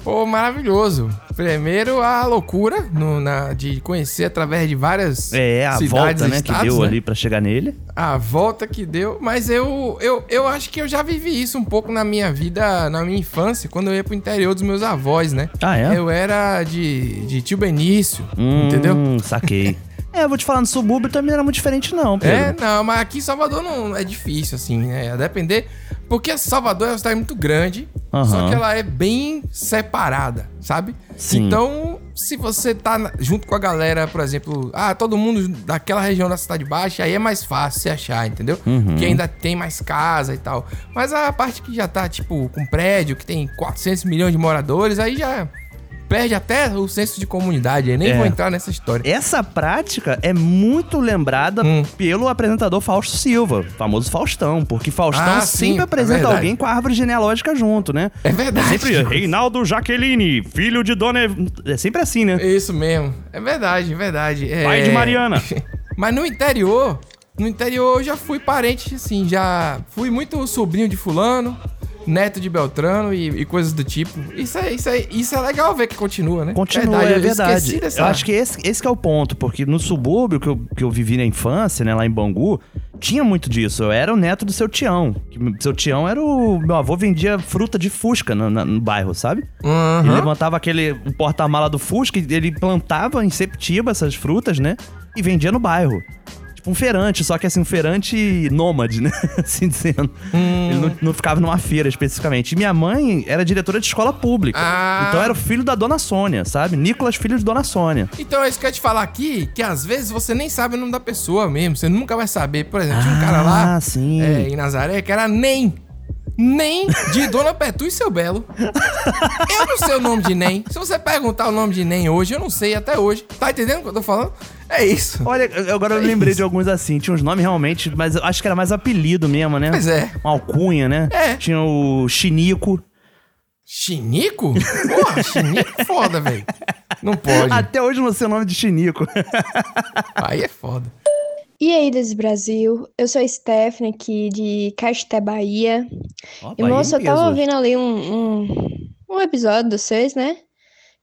Speaker 2: Pô, maravilhoso. Primeiro, a loucura no- na- de conhecer através de várias
Speaker 3: É, a
Speaker 2: cidades
Speaker 3: volta,
Speaker 2: e
Speaker 3: né, que
Speaker 2: estados,
Speaker 3: deu
Speaker 2: né?
Speaker 3: ali pra chegar nele.
Speaker 2: A volta que deu. Mas eu, eu, eu acho que eu já vivi isso um pouco na minha vida, na minha infância, quando eu ia pro interior dos meus avós, né?
Speaker 3: Ah, é?
Speaker 2: Eu era de, de tio Benício,
Speaker 3: Hum,
Speaker 2: entendeu?
Speaker 3: saquei. É, eu vou te falar, no subúrbio também não era muito diferente não,
Speaker 2: É,
Speaker 3: Pedro.
Speaker 2: não, mas aqui em Salvador não é difícil, assim, né? A depender. Porque Salvador é uma cidade muito grande,
Speaker 3: Aham.
Speaker 2: só que ela é bem separada, sabe?
Speaker 3: Sim.
Speaker 2: Então, se você tá na- junto com a galera, por exemplo, ah, todo mundo daquela região da Cidade Baixa, aí é mais fácil se achar, entendeu?
Speaker 3: Uhum.
Speaker 2: Porque ainda tem mais casa e tal. Mas a parte que já tá, tipo, com prédio, que tem 400 milhões de moradores, aí já perde até o senso de comunidade. Eu nem
Speaker 3: É.
Speaker 2: vou entrar nessa história.
Speaker 3: Essa prática é muito lembrada
Speaker 2: Hum.
Speaker 3: pelo apresentador Fausto Silva, famoso Faustão, porque Faustão
Speaker 2: Ah, sim,
Speaker 3: sempre
Speaker 2: é
Speaker 3: apresenta
Speaker 2: verdade.
Speaker 3: alguém com a árvore genealógica junto, né?
Speaker 2: É verdade.
Speaker 3: sempre Reinaldo Jaqueline, filho de Dona... Ev- É sempre assim, né?
Speaker 2: É isso mesmo. É verdade, é verdade. É...
Speaker 3: Pai de Mariana.
Speaker 2: Mas no interior, no interior eu já fui parente, assim, já fui muito sobrinho de fulano, neto de Beltrano e, e coisas do tipo. Isso é, isso, é, isso é legal ver que continua, né?
Speaker 3: Continua, é
Speaker 2: eu esqueci
Speaker 3: verdade.
Speaker 2: dessa-
Speaker 3: Eu acho que esse, esse que é o ponto, porque no subúrbio que eu, que eu vivi na infância, né, lá em Bangu, tinha muito disso. Eu era o neto do seu Tião. que m- Seu Tião era o. Meu avô vendia fruta de Fusca no, na- no bairro, sabe?
Speaker 2: Uhum.
Speaker 3: Ele levantava aquele o porta-mala do Fusca, e ele plantava em Septiba essas frutas, né? E vendia no bairro. Tipo um feirante, só que assim, um feirante nômade, né? assim dizendo. Ele não, não ficava numa feira especificamente. E minha mãe era diretora de escola pública.
Speaker 2: Ah.
Speaker 3: Então era o filho da dona Sônia, sabe? Nicolas, filho de dona Sônia.
Speaker 2: Então é isso que eu ia te falar aqui, que às vezes você nem sabe o nome da pessoa mesmo, você nunca vai saber. Por exemplo, tinha um cara lá
Speaker 3: sim.
Speaker 2: é, em Nazaré que era nem. Nem de Dona Petu e seu Belo. Eu não sei o nome de Nem. Se você perguntar o nome de Nem hoje, eu não sei até hoje. Tá entendendo o que eu tô falando? É isso.
Speaker 3: Olha, eu- agora eu lembrei de alguns assim. Tinha uns nomes realmente, mas eu acho que era mais apelido mesmo, né?
Speaker 2: Pois é.
Speaker 3: Uma alcunha, né?
Speaker 2: É.
Speaker 3: Tinha o Chinico.
Speaker 2: Chinico? Porra, Chinico é foda, velho. Não pode.
Speaker 3: Até hoje eu não sei o nome de Chinico.
Speaker 2: Aí é foda.
Speaker 12: E aí, Deus Brasil? Eu sou a Stephanie aqui de Casté, Bahia.
Speaker 3: Ó,
Speaker 12: E
Speaker 3: Bahia
Speaker 12: moça, eu
Speaker 3: em
Speaker 12: tava
Speaker 3: peso
Speaker 12: ouvindo ali um, um, um episódio de vocês, né?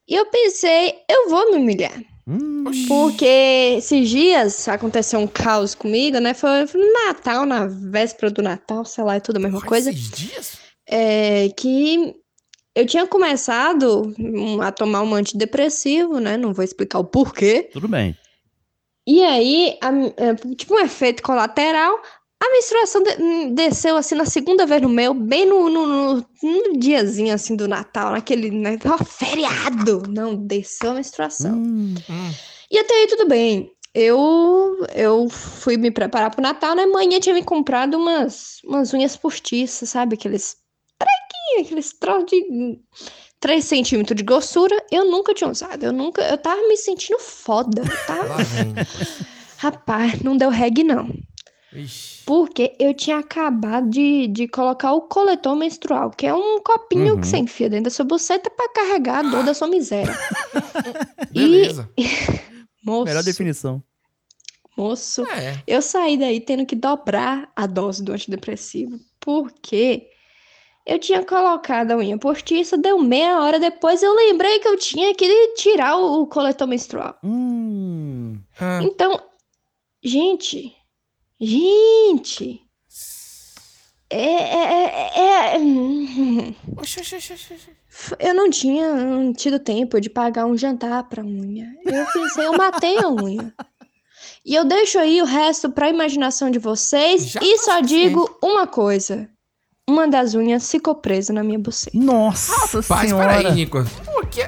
Speaker 12: E eu pensei, eu vou me humilhar.
Speaker 3: Hum,
Speaker 12: Porque esses dias aconteceu um caos comigo, né? Foi foi no Natal, na véspera do Natal, sei lá, é tudo a mesma coisa. É, que eu tinha começado hum, a tomar um antidepressivo, né? Não vou explicar o porquê.
Speaker 3: Tudo bem.
Speaker 12: E aí, a mi- é, tipo um efeito colateral, a menstruação de- hum, desceu assim na segunda vez no meu, bem no, no, no- no diazinho assim do Natal, naquele né, ó, feriado. Não, desceu a menstruação.
Speaker 4: hum.
Speaker 12: E até aí tudo bem. eu, eu fui me preparar pro Natal, né? Manhã tinha me comprado umas, umas unhas postiças, sabe? Aqueles trequinhos, aqueles troços de 3 centímetros de grossura. Eu nunca tinha usado. Eu nunca. Eu tava me sentindo foda. eu Tava... Rapaz, não deu reg, não. Porque eu tinha acabado de, de colocar o coletor menstrual, que é um copinho
Speaker 13: Uhum.
Speaker 12: que você enfia dentro da sua buceta pra carregar a dor da sua miséria.
Speaker 3: Beleza.
Speaker 12: Moço,
Speaker 3: Melhor definição.
Speaker 12: moço,
Speaker 2: É.
Speaker 12: eu saí daí tendo que dobrar a dose do antidepressivo, porque eu tinha colocado a unha postiça, deu meia hora depois, eu lembrei que eu tinha que tirar o, o coletor menstrual.
Speaker 3: Hum,
Speaker 2: Ah.
Speaker 12: Então, gente, gente, é, é, é, é- eu não tinha hum, tido tempo de pagar um jantar pra unha. Eu pensei, eu matei a unha. E eu deixo aí o resto pra imaginação de vocês e só digo uma coisa. Uma das unhas ficou presa na minha buceta.
Speaker 3: Nossa
Speaker 2: Paz, peraí, Nico. Pô, que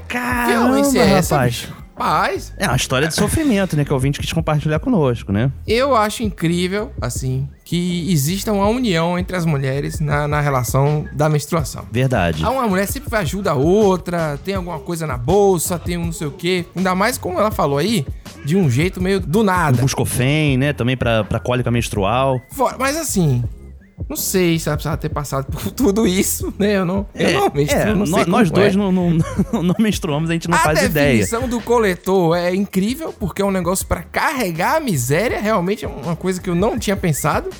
Speaker 2: violência é essa?
Speaker 3: rapaz.
Speaker 2: Paz.
Speaker 3: É uma história de sofrimento, né? Que o ouvinte quis compartilhar conosco, né?
Speaker 2: Eu acho incrível, assim, que exista uma união entre as mulheres na, na relação da menstruação.
Speaker 3: Verdade.
Speaker 2: Ah, Uma mulher sempre ajuda a outra, tem alguma coisa na bolsa, tem um não sei o quê. Ainda mais como ela falou aí, de um jeito meio do nada.
Speaker 3: Buscofem, né? Também pra, pra cólica menstrual.
Speaker 2: Fora- Mas assim, não sei se ela precisava ter passado por tudo isso, né? Eu não, eu não menstruo,
Speaker 3: é,
Speaker 2: não sei
Speaker 3: nó-
Speaker 2: como
Speaker 3: nós dois
Speaker 2: é.
Speaker 3: não, não, não menstruamos, a gente não
Speaker 2: a
Speaker 3: faz ideia.
Speaker 2: definição do coletor é incrível, porque é um negócio pra carregar a miséria, realmente é uma coisa que eu não tinha pensado.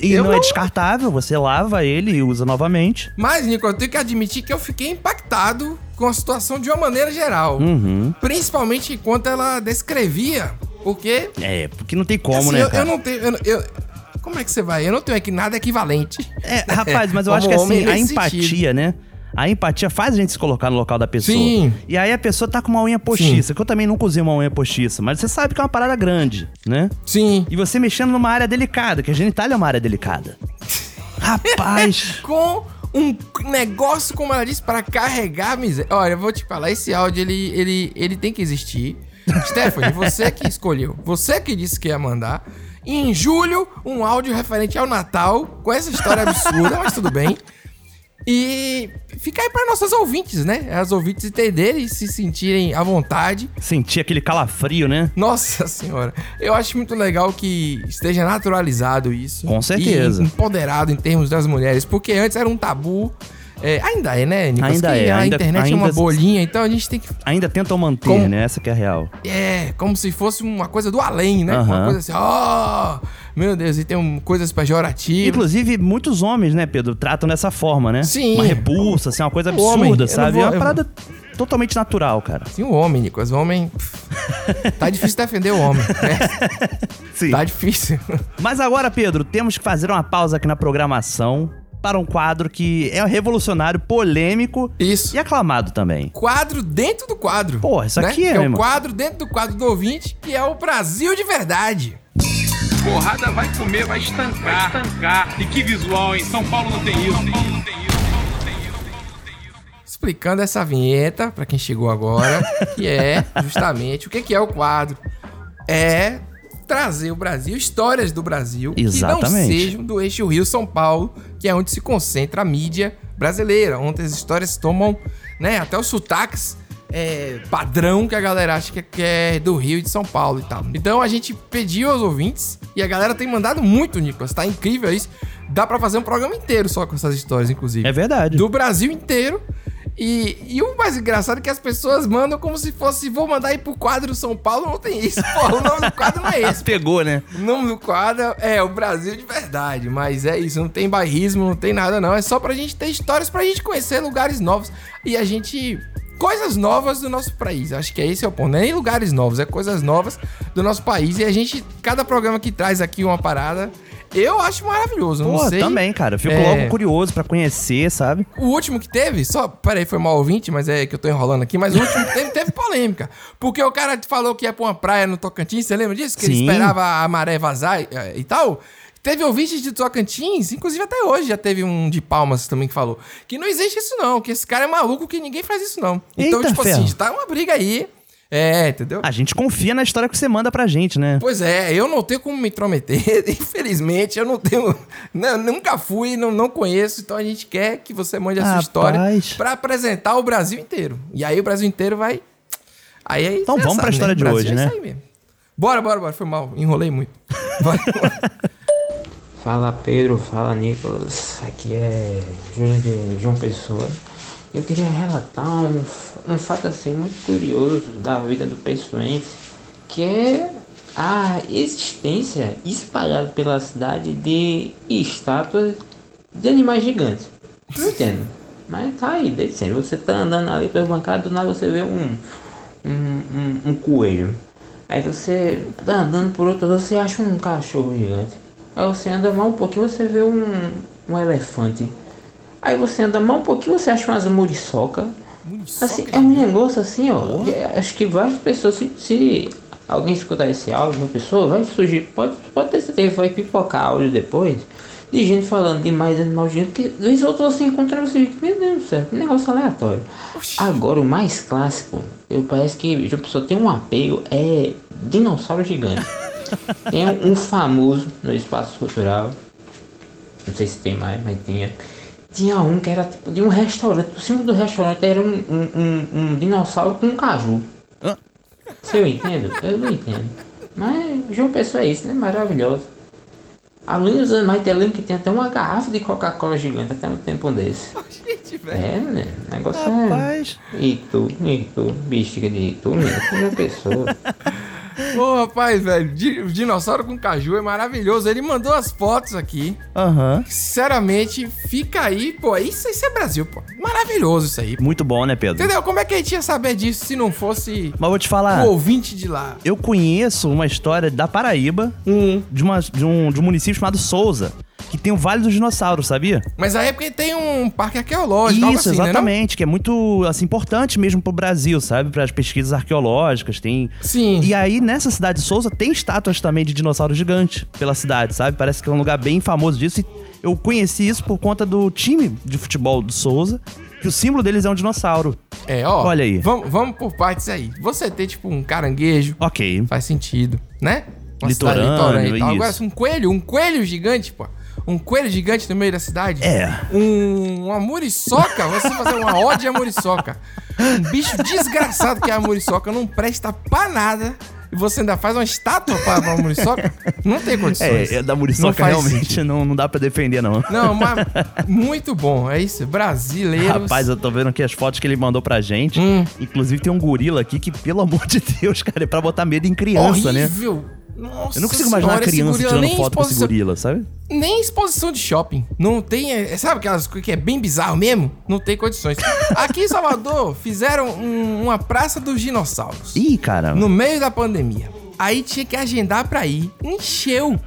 Speaker 3: E
Speaker 2: Eu
Speaker 3: não, é descartável, você lava ele e usa novamente.
Speaker 2: Mas, Nico, eu tenho que admitir que eu fiquei impactado com a situação de uma maneira geral.
Speaker 3: Uhum.
Speaker 2: Principalmente enquanto ela descrevia, porque...
Speaker 3: É, porque não tem como,
Speaker 2: assim,
Speaker 3: né,
Speaker 2: eu,
Speaker 3: cara?
Speaker 2: eu não tenho... eu não- eu- como é que você vai? Eu não tenho aqui nada equivalente.
Speaker 3: É, Rapaz, mas eu acho que assim, a empatia, né? A empatia faz a gente se colocar no local da pessoa.
Speaker 2: Sim.
Speaker 3: E aí a pessoa tá com uma unha postiça, que eu também nunca usei uma unha postiça, mas você sabe que é uma parada grande, né?
Speaker 2: Sim.
Speaker 3: E você mexendo numa área delicada, que a genitália é uma área delicada. Rapaz!
Speaker 2: com um negócio, como ela disse, pra carregar a miséria. Olha, eu vou te falar, esse áudio, ele, ele, ele tem que existir. Stephanie, você que escolheu, você que disse que ia mandar. E em julho, um áudio referente ao Natal, com essa história absurda, mas tudo bem. E fica aí para nossas ouvintes, né? As ouvintes entenderem e se sentirem à vontade.
Speaker 3: Sentir aquele calafrio, né?
Speaker 2: Nossa senhora. Eu acho muito legal que esteja naturalizado isso.
Speaker 3: Com certeza.
Speaker 2: E empoderado em termos das mulheres, porque antes era um tabu. É, ainda é, né, Nicolas?
Speaker 3: Ainda
Speaker 2: Que
Speaker 3: é,
Speaker 2: A
Speaker 3: ainda-
Speaker 2: internet é uma
Speaker 3: ainda-
Speaker 2: bolinha, então a gente tem que...
Speaker 3: Ainda tentam manter,
Speaker 2: Como-
Speaker 3: né? Essa que é a real.
Speaker 2: É, como se fosse uma coisa do além, né? Uma
Speaker 3: Aham.
Speaker 2: coisa assim, ó... meu Deus, e tem um, coisas pejorativas.
Speaker 3: Inclusive, muitos homens, né, Pedro, tratam dessa forma, né?
Speaker 2: Sim.
Speaker 3: Uma repulsa, assim, uma coisa
Speaker 2: O homem, eu
Speaker 3: absurda,
Speaker 2: não
Speaker 3: sabe?
Speaker 2: vou-
Speaker 3: é uma
Speaker 2: eu-
Speaker 3: parada totalmente natural, cara.
Speaker 2: Sim, o homem, Nicolas. O homem... tá difícil defender o homem, né?
Speaker 3: Sim.
Speaker 2: Tá difícil.
Speaker 3: Mas agora, Pedro, temos que fazer uma pausa aqui na programação para um quadro que é revolucionário, polêmico
Speaker 2: Isso.
Speaker 3: e aclamado também.
Speaker 2: Quadro dentro do quadro.
Speaker 3: Porra, isso aqui é,
Speaker 2: Que é o
Speaker 3: mano.
Speaker 2: quadro dentro do quadro do ouvinte, que é o Brasil de verdade.
Speaker 14: Porrada vai comer, vai estancar. E que visual, hein? São Paulo não tem isso.
Speaker 2: explicando essa vinheta pra quem chegou agora, que é justamente o que que é o quadro. É trazer o Brasil, histórias do Brasil que não
Speaker 3: Exatamente.
Speaker 2: sejam do eixo Rio-São Paulo, que é onde se concentra a mídia brasileira, onde as histórias tomam, né, até os sotaques é, padrão que a galera acha que é- que é do Rio e de São Paulo e tal. Então a gente pediu aos ouvintes e a galera tem mandado muito, Nicolas, tá incrível isso. Dá pra fazer um programa inteiro só com essas histórias, inclusive.
Speaker 3: É verdade.
Speaker 2: Do Brasil inteiro. E, e o mais engraçado é que as pessoas mandam como se fosse, vou mandar ir pro quadro São Paulo, não tem isso. Pô, o nome do quadro não é esse.
Speaker 3: Pegou, né?
Speaker 2: O nome do quadro é o Brasil de verdade, mas é isso, não tem bairrismo, não tem nada não. É só pra gente ter histórias, pra gente conhecer lugares novos e a gente. Coisas novas do nosso país. Acho que é esse é o ponto. Não é nem lugares novos, é coisas novas do nosso país. E a gente, cada programa que traz aqui uma parada, eu acho maravilhoso. não
Speaker 3: Pô,
Speaker 2: sei.
Speaker 3: também, cara. Eu Fico
Speaker 2: É.
Speaker 3: logo curioso pra conhecer, sabe?
Speaker 2: O último que teve, só. Peraí, foi mal ouvinte, mas é que eu tô enrolando aqui. Mas o último que teve, teve polêmica. Porque o cara falou que ia pra uma praia no Tocantins, você lembra disso? Que ele
Speaker 3: Sim.
Speaker 2: esperava a maré vazar e, eh, e tal. Teve ouvintes de Tocantins, inclusive até hoje já teve um de Palmas também que falou. Que não existe isso não, que esse cara é maluco, que ninguém faz isso não. Então,
Speaker 3: Eita,
Speaker 2: tipo
Speaker 3: ferro.
Speaker 2: assim, tá uma briga aí É, entendeu?
Speaker 3: A gente confia na história que você manda pra gente, né?
Speaker 2: Pois é, eu não tenho como me intrometer. Infelizmente, eu não tenho. não, nunca fui, não, não conheço. Então a gente quer que você mande a sua
Speaker 3: Rapaz.
Speaker 2: história pra apresentar o Brasil inteiro. E aí o Brasil inteiro vai. Aí, é
Speaker 3: Então
Speaker 2: você
Speaker 3: vamos pra
Speaker 2: sabe,
Speaker 3: história de
Speaker 2: Brasil
Speaker 3: hoje,
Speaker 2: é
Speaker 3: né?
Speaker 2: isso aí mesmo. Bora, bora, bora. Foi mal. Enrolei muito.
Speaker 13: Fala Pedro, fala Nicolas, aqui é Júlio de João Pessoa. Eu queria relatar um, um fato assim muito curioso da vida do pessoense, que é a existência espalhada pela cidade de estátuas de animais gigantes. Não entendo, mas tá aí, desde sempre. Você tá andando ali pela bancada, do nada você vê um, um, um, um coelho. Aí você tá andando por outro, lado, você acha um cachorro gigante. Aí você anda mal um pouquinho, você vê um, um elefante. Aí você anda mal um pouquinho, você acha umas muriçoca. Assim, é um negócio assim, ó. que Acho que várias pessoas, se, se alguém escutar esse áudio, uma pessoa vai surgir, pode, pode ter certeza, vai pipocar áudio depois. De gente falando de mais animal gigante, que vez ou outra você encontra e você fica, meu Deus do céu, que negócio aleatório. Agora o mais clássico, eu parece que a pessoa tem um apego, é dinossauro gigante. tem um famoso no espaço cultural, não sei se tem mais, mas tinha. Tinha um que era tipo de um restaurante. O símbolo do restaurante era um, um, um, um dinossauro com um caju. Se eu entendo? Eu não entendo. Mas João Pessoa é isso, né? Maravilhoso. Além dos animais, eu lembro que tem até uma garrafa de Coca-Cola gigante até um tempo desse.
Speaker 2: Gente,
Speaker 13: É, né? O negócio
Speaker 3: Rapaz.
Speaker 13: é. E tu, e tu, bexiga de tu, mesmo, João Pessoa.
Speaker 2: Ô, rapaz, velho, di- dinossauro com caju é maravilhoso. Ele mandou as fotos aqui.
Speaker 3: Aham.
Speaker 2: Sinceramente, fica aí, pô. Isso, isso é Brasil, pô. Maravilhoso isso aí.
Speaker 3: Muito bom, né, Pedro?
Speaker 2: Entendeu? Como é que a gente ia saber disso se não fosse
Speaker 3: Mas vou te falar.
Speaker 2: o ouvinte de lá?
Speaker 3: Eu conheço uma história da Paraíba de, uma- de um, de um município chamado Souza, que tem o Vale dos Dinossauros, sabia?
Speaker 2: Mas aí é porque tem um parque arqueológico, algo
Speaker 3: Isso,
Speaker 2: assim, né, não?
Speaker 3: exatamente, que é muito assim, importante mesmo pro Brasil, sabe? Para as pesquisas arqueológicas, tem.
Speaker 2: Sim.
Speaker 3: E aí, nessa cidade de Souza, tem estátuas também de dinossauro gigante pela cidade, sabe? Parece que é um lugar bem famoso disso. E eu conheci isso por conta do time de futebol do Souza, que o símbolo deles é um dinossauro.
Speaker 2: É, ó.
Speaker 3: Olha aí.
Speaker 2: Vamos, vamos por partes aí. Você ter, tipo, um caranguejo.
Speaker 3: Ok.
Speaker 2: Faz sentido, né?
Speaker 3: Litorâneo,
Speaker 2: cidade litorânea e tal.
Speaker 3: isso.
Speaker 2: Agora, se um coelho, um coelho gigante, pô. Um coelho gigante no meio da cidade.
Speaker 3: É.
Speaker 2: Um, uma muriçoca. Você fazer uma ode à muriçoca. Um bicho desgraçado que é a muriçoca. Não presta pra nada. E você ainda faz uma estátua pra, pra muriçoca? Não tem condições.
Speaker 3: É, é da
Speaker 2: Não
Speaker 3: Muriçoca
Speaker 2: faz
Speaker 3: realmente não, não dá pra defender, não.
Speaker 2: Não, mas muito bom. É isso. Brasileiros.
Speaker 3: Rapaz, eu tô vendo aqui as fotos que ele mandou pra gente.
Speaker 2: Hum.
Speaker 3: Inclusive tem um gorila aqui que, pelo amor de Deus, cara, é pra botar medo em criança, né?
Speaker 2: horrível. Nossa
Speaker 3: eu não consigo imaginar uma
Speaker 2: senhora, esse
Speaker 3: criança
Speaker 2: gorila
Speaker 3: tirando
Speaker 2: nem
Speaker 3: foto com esse
Speaker 2: exposição-
Speaker 3: gorila, sabe?
Speaker 2: Nem exposição de shopping. Não tem. é, Sabe aquelas coisas que é bem bizarro mesmo? Não tem condições. Aqui em Salvador fizeram um- uma praça dos dinossauros.
Speaker 3: Ih, cara.
Speaker 2: No meio da pandemia. Aí tinha que agendar pra ir. Encheu.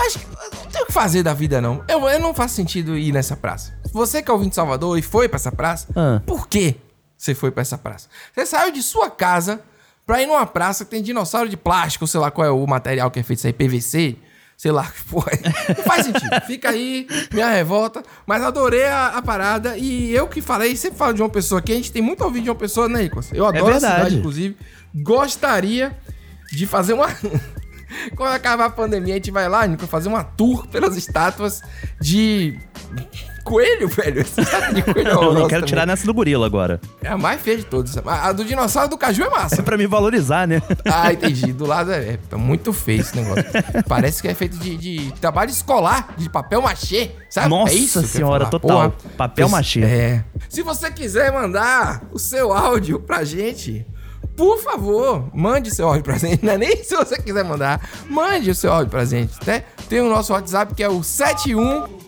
Speaker 2: Eu acho que eu não tem o que fazer da vida, não. Eu, eu não faz sentido ir nessa praça. Você que é ouvinte de Salvador e foi pra essa praça,
Speaker 3: Ah.
Speaker 2: por quê você foi pra essa praça? Você saiu de sua casa pra ir numa praça que tem dinossauro de plástico, sei lá qual é o material que é feito isso aí, PVC, sei lá, porra. Não faz sentido. Fica aí, minha revolta. Mas adorei a, a parada e eu que falei, sempre falo de uma pessoa aqui, a gente tem muito ouvido de uma pessoa, né, Nicolas? Eu adoro a
Speaker 3: É verdade.
Speaker 2: cidade, inclusive. Gostaria de fazer uma. Quando acabar a pandemia, a gente vai lá, Nico, fazer uma tour pelas estátuas de coelho, velho. Essa estátua de coelho é
Speaker 3: Eu não
Speaker 2: horrorosa
Speaker 3: quero
Speaker 2: também.
Speaker 3: tirar nessa do gorila agora.
Speaker 2: É a mais feia de todas. A a do dinossauro do caju é massa.
Speaker 3: É pra me valorizar, né?
Speaker 2: Ah, entendi. Do lado é, é muito feio esse negócio. Parece que é feito de, de trabalho escolar, de papel machê, sabe?
Speaker 3: Nossa
Speaker 2: é isso que eu ia
Speaker 3: senhora,
Speaker 2: falar.
Speaker 3: total.
Speaker 2: Porra,
Speaker 3: Papel
Speaker 2: esse-
Speaker 3: machê.
Speaker 2: É. Se você quiser mandar o seu áudio pra gente, por favor, mande seu áudio pra gente. Não é nem se você quiser mandar, mande o seu áudio pra gente, né? Tem o nosso WhatsApp que é o 71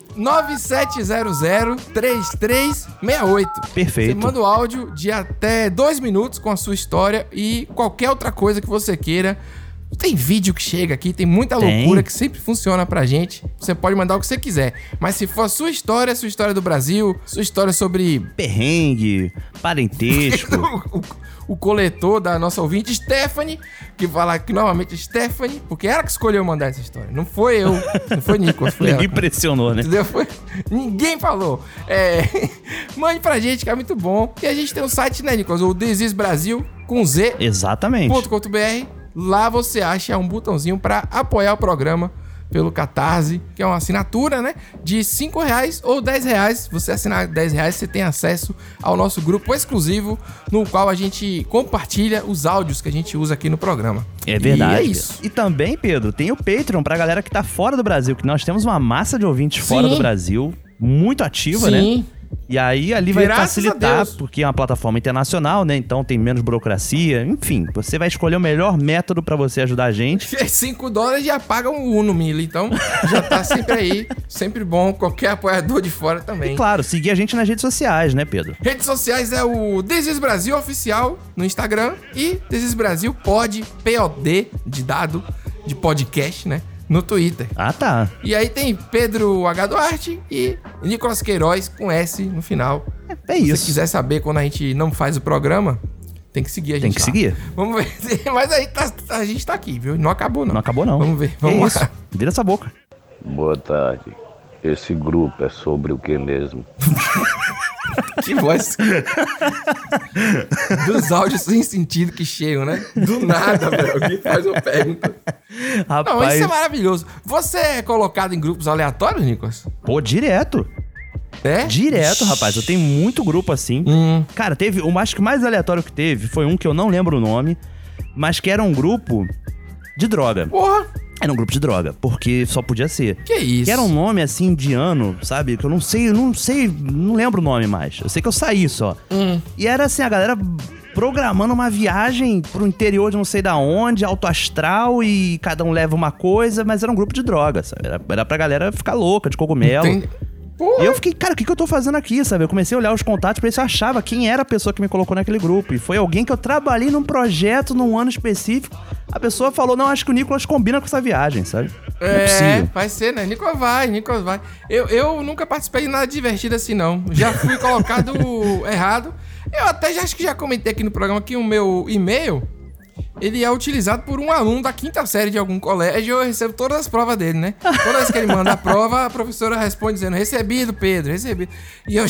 Speaker 2: 9700-3368.
Speaker 3: Perfeito.
Speaker 2: Você manda o áudio de até dois minutos com a sua história e qualquer outra coisa que você queira. Tem vídeo que chega aqui, tem muita
Speaker 3: Tem.
Speaker 2: loucura que sempre funciona pra gente. Você pode mandar o que você quiser. Mas se for a sua história, sua história do Brasil, sua história sobre
Speaker 3: Perrengue, parentesco.
Speaker 2: o coletor da nossa ouvinte, Stephanie, que fala aqui novamente Stephanie, porque ela que escolheu mandar essa história. Não foi eu, não foi Nicolas, foi ela.
Speaker 3: Ninguém pressionou, né?
Speaker 2: Entendeu? Foi- Ninguém falou. É... Mande pra gente, que é muito bom. E a gente tem um site, né, Nicolas? O Desis Brasil. com Z.
Speaker 3: Exatamente.
Speaker 2: .com.br. Lá você acha um botãozinho para apoiar o programa pelo Catarse, que é uma assinatura, né? De 5 reais ou 10 reais. Você assinar 10 reais, você tem acesso ao nosso grupo exclusivo, no qual a gente compartilha os áudios que a gente usa aqui no programa.
Speaker 3: É verdade.
Speaker 2: E é
Speaker 3: Pedro.
Speaker 2: isso.
Speaker 3: E também, Pedro, tem o Patreon pra galera que tá fora do Brasil, que nós temos uma massa de ouvintes fora
Speaker 2: Sim.
Speaker 3: do Brasil, muito ativa,
Speaker 2: Sim.
Speaker 3: né? E aí ali vai
Speaker 2: Graças a
Speaker 3: facilitar,
Speaker 2: Deus.
Speaker 3: porque é uma plataforma internacional, né? Então tem menos burocracia, enfim, você vai escolher o melhor método pra você ajudar a gente.
Speaker 2: 5 dólares já paga um Uno Mille, então já tá sempre aí, sempre bom, qualquer apoiador de fora também.
Speaker 3: E claro, seguir a gente nas redes sociais, né, Pedro?
Speaker 2: Redes sociais é o Desis Brasil Oficial no Instagram e Desis Brasil Pod, POD, de dado, de podcast, né? No Twitter.
Speaker 3: Ah, tá.
Speaker 2: E aí tem Pedro H. Duarte e Nicolas Queiroz com S no final.
Speaker 3: É
Speaker 2: Se
Speaker 3: isso.
Speaker 2: você quiser saber quando a gente não faz o programa, tem que seguir a gente.
Speaker 3: Tem que
Speaker 2: lá.
Speaker 3: seguir.
Speaker 2: Vamos ver. se- Mas aí tá- a gente tá aqui, viu? Não acabou, não.
Speaker 3: Não acabou, não.
Speaker 2: Vamos ver.
Speaker 3: Que
Speaker 2: Vamos lá.
Speaker 3: isso? Vira essa boca.
Speaker 15: Boa tarde. Esse grupo é sobre o que mesmo?
Speaker 2: Que voz. Dos áudios sem sentido que chegam, né? Do nada, velho. Alguém faz uma pergunta. Não,
Speaker 3: Rapaz.
Speaker 2: isso é maravilhoso. Você é colocado em grupos aleatórios, Nicolas?
Speaker 3: Pô, direto.
Speaker 2: É? Hum.
Speaker 3: Direto, rapaz. Eu tenho muito grupo assim. Cara, teve. O acho que mais aleatório que teve foi um que eu não lembro o nome, mas que era um grupo de droga.
Speaker 2: Porra!
Speaker 3: Era um grupo de droga, porque só podia ser.
Speaker 2: Que isso?
Speaker 3: Que era um nome assim indiano, sabe? Que eu não sei, eu não sei, não lembro o nome mais. Eu sei que eu saí só.
Speaker 2: Hum.
Speaker 3: E era assim, a galera programando uma viagem pro interior de não sei da onde, alto astral e cada um leva uma coisa, mas era um grupo de droga, sabe? Era, era pra galera ficar louca, de cogumelo.
Speaker 2: Entendi.
Speaker 3: E eu fiquei, cara, o que, que eu tô fazendo aqui, sabe? Eu comecei a olhar os contatos pra ver se eu achava quem era a pessoa que me colocou naquele grupo. E foi alguém que eu trabalhei num projeto num ano específico. A pessoa falou, não, acho que o Nicolas combina com essa viagem, sabe? Não é
Speaker 2: É,
Speaker 3: possível.
Speaker 2: vai ser, né? Nicolas vai, Nicolas vai. Eu, eu nunca participei de nada divertido assim, não. Já fui colocado errado. Eu até já acho que já comentei aqui no programa que o meu e-mail, ele é utilizado por um aluno da quinta série de algum colégio. Eu recebo todas as provas dele, né? Toda vez que ele manda a prova, a professora responde dizendo, recebido, Pedro, recebido. E eu,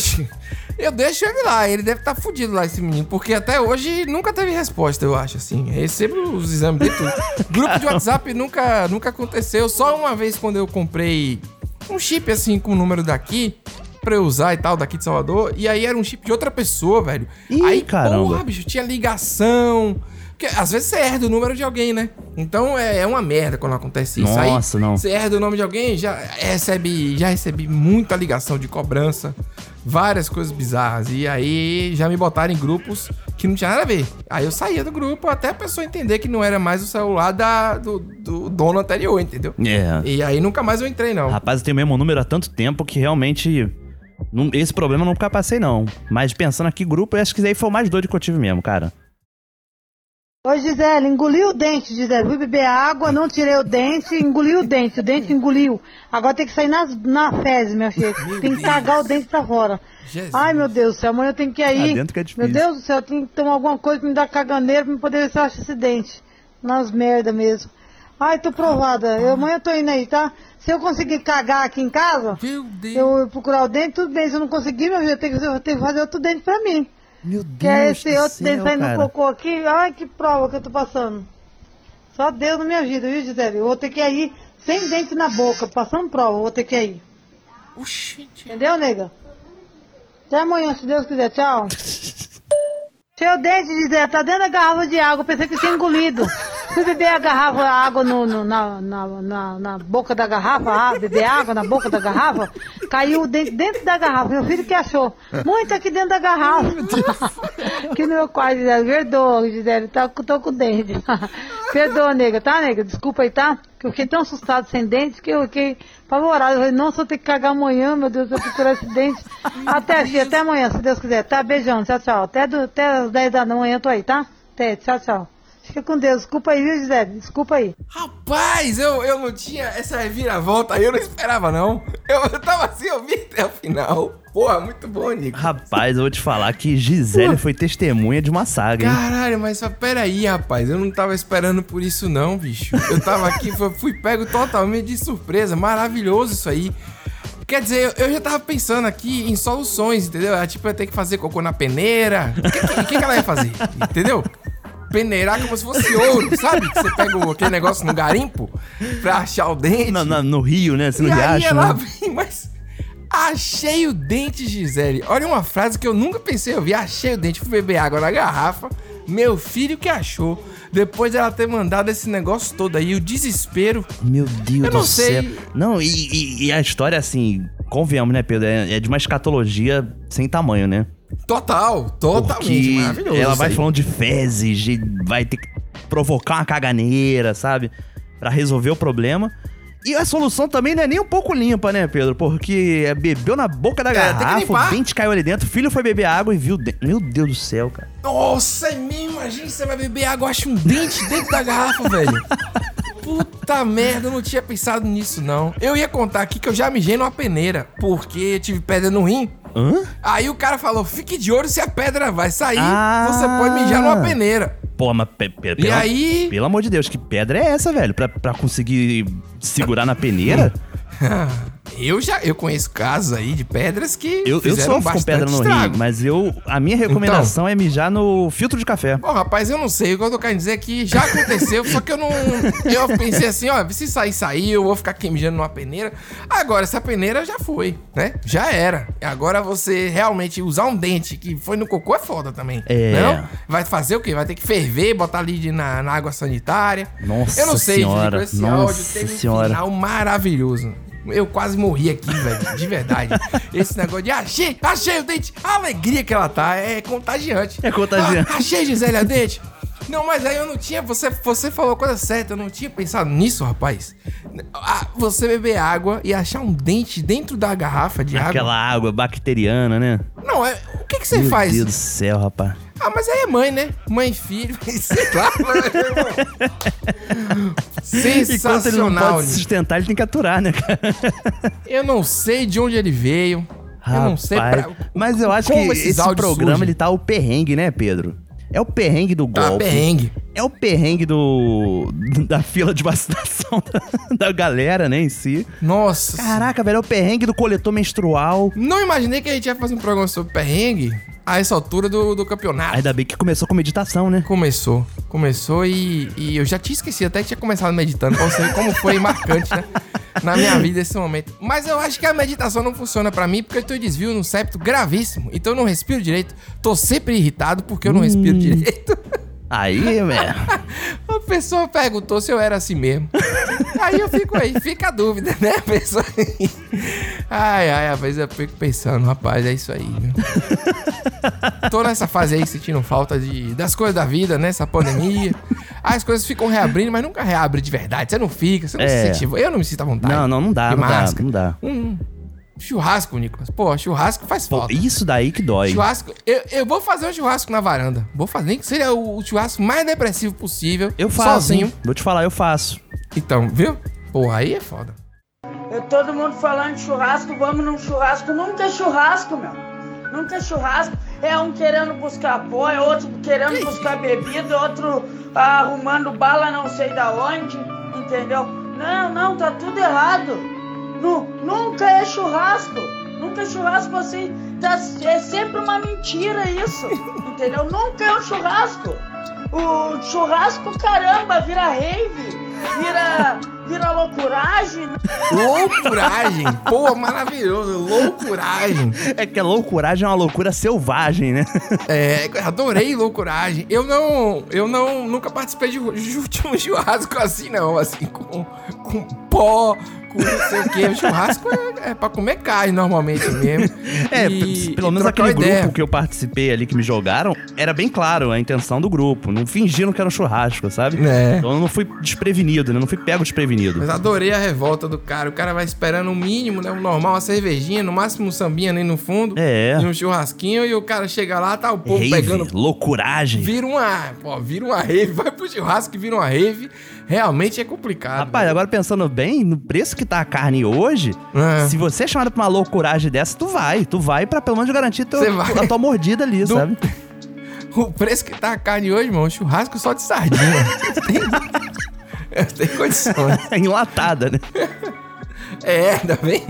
Speaker 2: eu deixo ele lá. Ele deve estar fudido lá, esse menino. Porque até hoje nunca teve resposta, eu acho, assim. Eu recebo os exames de tudo. Grupo de WhatsApp nunca, nunca aconteceu. Só uma vez quando eu comprei um chip assim com o número daqui pra eu usar e tal, daqui de Salvador. E aí era um chip de outra pessoa, velho.
Speaker 3: Ih,
Speaker 2: aí,
Speaker 3: caramba.
Speaker 2: porra, Ah, bicho, tinha ligação. Porque às vezes você herda o número de alguém, né? Então é, é uma merda quando acontece isso. Aí,
Speaker 3: Nossa, não.
Speaker 2: Você herda o nome de alguém, já recebe, já recebi muita ligação de cobrança, várias coisas bizarras. E aí já me botaram em grupos que não tinha nada a ver. Aí eu saía do grupo até a pessoa entender que não era mais o celular da, do, do dono anterior, entendeu?
Speaker 3: É.
Speaker 2: E aí nunca mais eu entrei, não.
Speaker 3: Rapaz, eu tenho o mesmo número há tanto tempo que realmente. não- esse problema eu nunca passei, não. Mas pensando aqui, grupo, eu acho que isso aí foi o mais doido que eu tive mesmo, cara.
Speaker 16: Ô Gisele, engoliu o dente, Gisele. Fui beber água, não tirei o dente, engoliu o dente, o dente engoliu. Agora tem que sair nas, na fezes, meu filho. tem que cagar o dente pra fora.
Speaker 2: Jesus.
Speaker 16: Ai, meu Deus do céu, amanhã eu tenho que ir aí.
Speaker 3: Lá dentro que é
Speaker 16: Meu
Speaker 3: difícil.
Speaker 16: Deus do céu, eu tenho que tomar alguma coisa pra me dar caganeira pra me poder ver se eu acho esse dente. Nas merda mesmo. Ai, tô provada. Eu, amanhã eu tô indo aí, tá? Se eu conseguir cagar aqui em casa, eu, eu procurar o dente, tudo bem. Se eu não conseguir, meu filho, eu tenho que, eu tenho que fazer outro dente pra mim.
Speaker 3: Meu
Speaker 16: Que é esse
Speaker 3: Deus do
Speaker 16: outro
Speaker 3: céu,
Speaker 16: dente saindo no
Speaker 3: cara.
Speaker 16: cocô aqui. Ai, que prova que eu tô passando. Só Deus não me ajuda, viu, Gisele? Eu vou ter que ir sem dente na boca, passando prova, eu vou ter que ir. Entendeu, nega? Até amanhã, se Deus quiser. Tchau. Seu dente, Gisele, tá dentro da garrafa de água. Eu pensei que tinha engolido. Fui beber a garrafa, a água no, no- na, na, na, na boca da garrafa, ah, beber água na boca da garrafa, caiu o dente dentro da garrafa. Meu filho que achou. Muito aqui dentro da garrafa. Aqui no meu quarto, Gisele. Perdoa, Gisele, tá, tô com dente. Perdoa, nega, tá, nega? Desculpa aí, tá? Que eu fiquei tão assustado sem dente que eu fiquei apavorado. Eu falei, nossa, eu tenho que cagar amanhã, meu Deus, eu vou procurar esse dente. Até, filha, até amanhã, se Deus quiser. Tá, beijão, tchau, tchau. Até, do, até as 10 da manhã eu tô aí, tá? Até, tchau, tchau. Fica com Deus. Desculpa aí, viu, Gisele? Desculpa aí.
Speaker 2: Rapaz, eu, eu não tinha essa reviravolta aí, eu não esperava, não. Eu, eu tava assim, eu vi até o final. Porra, muito bom, Nico.
Speaker 3: Rapaz, eu vou te falar que Gisele foi testemunha de uma saga, hein?
Speaker 2: Caralho, mas só peraí, rapaz. Eu não tava esperando por isso, não, bicho. Eu tava aqui, fui, fui pego totalmente de surpresa. Maravilhoso isso aí. Quer dizer, eu, eu já tava pensando aqui em Ah, soluções, entendeu? Ela, tipo, ia ter que fazer cocô na peneira. O que, que- que que ela ia fazer? Entendeu? peneirar como se fosse ouro, sabe? Que você pega o- aquele negócio no garimpo pra achar o dente.
Speaker 3: Na- na- no rio, né? Você
Speaker 2: e
Speaker 3: não
Speaker 2: aí
Speaker 3: acha,
Speaker 2: ela
Speaker 3: né?
Speaker 2: vem, mas... Achei o dente, Gisele. Olha uma frase que eu nunca pensei em ouvir. Achei o dente, fui beber água na garrafa. Meu filho que achou. Depois dela ter mandado esse negócio todo aí, o desespero.
Speaker 3: Meu Deus
Speaker 2: Eu não
Speaker 3: do céu.
Speaker 2: sei.
Speaker 3: Não, e, e- e a história, assim, convenhamos, né, Pedro? É, é de uma escatologia sem tamanho, né?
Speaker 2: Total, totalmente
Speaker 3: Porque
Speaker 2: maravilhoso.
Speaker 3: Ela
Speaker 2: isso
Speaker 3: vai
Speaker 2: aí.
Speaker 3: falando de fezes, de- vai ter que provocar uma caganeira, sabe? Pra resolver o problema. E a solução também não é nem um pouco limpa, né, Pedro? Porque é, bebeu na boca da
Speaker 2: É, tem que
Speaker 3: garrafa,
Speaker 2: limpar.
Speaker 3: o dente caiu ali dentro, o filho foi beber água e viu o dente. Meu Deus do céu, cara.
Speaker 2: Nossa, me imagina você vai beber água, acha um dente dentro da garrafa, velho. Puta merda, eu não tinha pensado nisso, não. Eu ia contar aqui que eu já mijei numa peneira, porque eu tive pedra no rim.
Speaker 3: Hã?
Speaker 2: Aí o cara falou: fique de olho se a pedra vai sair,
Speaker 3: Ah.
Speaker 2: você pode mijar numa peneira.
Speaker 3: Pô, mas pe- pe- pela-
Speaker 2: aí?
Speaker 3: pelo amor de Deus, que pedra é essa, velho? Pra, pra conseguir segurar na peneira?
Speaker 2: Eu já eu conheço casos aí de pedras que.
Speaker 3: Eu, eu
Speaker 2: fizeram
Speaker 3: sofro com
Speaker 2: bastante
Speaker 3: pedra no
Speaker 2: estrago. Então?
Speaker 3: rim, mas eu, a minha recomendação é mijar no filtro de café.
Speaker 2: Bom, rapaz, eu não sei. O que eu tô querendo dizer é que já aconteceu, só que eu não. Eu pensei assim, ó, se sair, sair, eu vou ficar aqui mijando numa peneira. Agora, essa peneira já foi, né? Já era. Agora você realmente usar um dente que foi no cocô é foda também. né
Speaker 3: É.
Speaker 2: Não? Vai fazer o quê? Vai ter que ferver, botar ali de- na, na água sanitária.
Speaker 3: Nossa
Speaker 2: Eu não sei, Didi,
Speaker 3: senhora,
Speaker 2: com esse
Speaker 3: nossa
Speaker 2: áudio teve um
Speaker 3: senhora.
Speaker 2: final maravilhoso. Eu quase morri aqui, velho, de verdade. Esse negócio de "Ah, achei, achei o dente. A alegria que ela tá é contagiante.
Speaker 3: É contagiante.
Speaker 2: Ah, achei, Gisele, a dente. Não, mas aí eu não tinha. Você, você falou a coisa certa, eu não tinha pensado nisso, rapaz. Ah, você beber água e achar um dente dentro da garrafa de
Speaker 3: Aquela água bacteriana, né?
Speaker 2: água. Não, é, o que, que você
Speaker 3: Meu
Speaker 2: faz?
Speaker 3: Deus do céu, rapaz.
Speaker 2: Ah, mas aí é mãe, né? Mãe e filho, é sei lá.
Speaker 3: Enquanto
Speaker 2: mano.
Speaker 3: ele não
Speaker 2: Sensacional,
Speaker 3: pode
Speaker 2: Nick.
Speaker 3: se sustentar, ele tem que aturar, né, cara?
Speaker 2: Eu não sei de onde ele veio. eu não sei
Speaker 3: Rapaz,
Speaker 2: pra...
Speaker 3: Mas eu acho que
Speaker 2: como
Speaker 3: esse
Speaker 2: esses áudios
Speaker 3: programa
Speaker 2: surgem.
Speaker 3: ele tá o perrengue, né, Pedro? É o perrengue do
Speaker 2: Tá
Speaker 3: golpe.
Speaker 2: perrengue.
Speaker 3: É o perrengue do da fila de vacinação da, da galera, né, em si.
Speaker 2: Nossa.
Speaker 3: Caraca, velho, é o perrengue do coletor menstrual.
Speaker 2: Não imaginei que a gente ia fazer um programa sobre perrengue a essa altura do, do campeonato.
Speaker 3: Ainda bem que começou com meditação, né?
Speaker 2: Começou. Começou e, e eu já tinha esquecido, até que tinha começado meditando, pra você ver como foi marcante, né? Na minha vida esse momento. Mas eu acho que a meditação não funciona pra mim, porque eu tenho um desvio no septo gravíssimo. Então eu não respiro direito. Tô sempre irritado porque eu não respiro direito.
Speaker 3: Aí, velho.
Speaker 2: A pessoa perguntou se eu era assim mesmo. aí eu fico aí, fica a dúvida, né, a pessoa? Ai, ai, às vezes eu fico pensando, rapaz, é isso aí. Né? Tô nessa fase aí sentindo falta de, das coisas da vida, né? Essa pandemia. As coisas ficam reabrindo, mas nunca reabre de verdade. Você não fica, você não
Speaker 3: É.
Speaker 2: se sente. Eu não me sinto à vontade.
Speaker 3: Não, não, não dá,
Speaker 2: De
Speaker 3: não dá,
Speaker 2: máscara.
Speaker 3: não dá.
Speaker 2: Um churrasco, Nicolas. Pô, churrasco faz
Speaker 3: Pô,
Speaker 2: falta.
Speaker 3: isso daí que dói.
Speaker 2: Churrasco, eu, eu vou fazer um churrasco na varanda. Vou fazer, nem que seja o, o churrasco mais depressivo possível.
Speaker 3: Eu faço,
Speaker 2: Sozinho.
Speaker 3: hein? Vou te falar, eu faço.
Speaker 2: Então, viu? Pô, aí é foda.
Speaker 17: Eu, É todo mundo falando de churrasco, vamos num churrasco. Nunca é churrasco, meu. Nunca é churrasco. É um querendo buscar apoio, outro querendo buscar bebida, outro ah, arrumando bala não sei da onde, entendeu? Não, não, tá tudo errado. Nu- nunca é churrasco. Nunca é churrasco assim. Tá, é sempre uma mentira isso, entendeu? Nunca é um churrasco. O churrasco, caramba, vira rave, vira, vira loucuragem.
Speaker 2: Loucuragem! Pô, maravilhoso! Loucuragem!
Speaker 3: É que a loucuragem é uma loucura selvagem, né?
Speaker 2: É, adorei loucuragem. Eu não. Eu não nunca participei de, ru- de, um churrasco assim, não. Assim, com, com pó, com não sei o quê. O churrasco é, é pra comer carne normalmente mesmo.
Speaker 3: É,
Speaker 2: E-
Speaker 3: pelo
Speaker 2: e
Speaker 3: menos
Speaker 2: trocar
Speaker 3: aquele
Speaker 2: ideia.
Speaker 3: grupo que eu participei ali que me jogaram, era bem claro a intenção do grupo. Não fingiram que era um churrasco, sabe?
Speaker 2: É.
Speaker 3: Então eu não fui desprevenido, né? Eu não fui pego desprevenido.
Speaker 2: Mas adorei a revolta do cara. O cara vai esperando o mínimo, né? O normal, uma cervejinha, no máximo um sambinha ali no fundo.
Speaker 3: É.
Speaker 2: E um churrasquinho. E o cara chega lá, tá o povo
Speaker 3: Rave,
Speaker 2: pegando
Speaker 3: loucuragem.
Speaker 2: Vira uma, pô, vira uma rave, vai pro churrasco e vira uma rave. Realmente é complicado.
Speaker 3: Rapaz, agora pensando bem, no preço que tá a carne hoje,
Speaker 2: né? Ah,
Speaker 3: se você é chamado pra uma loucuragem dessa, tu vai. Tu vai pra pelo menos garantir teu-
Speaker 2: Você vai.
Speaker 3: a tua mordida ali, sabe?
Speaker 2: O preço que tá a carne hoje, irmão, churrasco só de sardinha. Tem- Tem condições.
Speaker 3: Enlatada, né?
Speaker 2: É, ainda bem.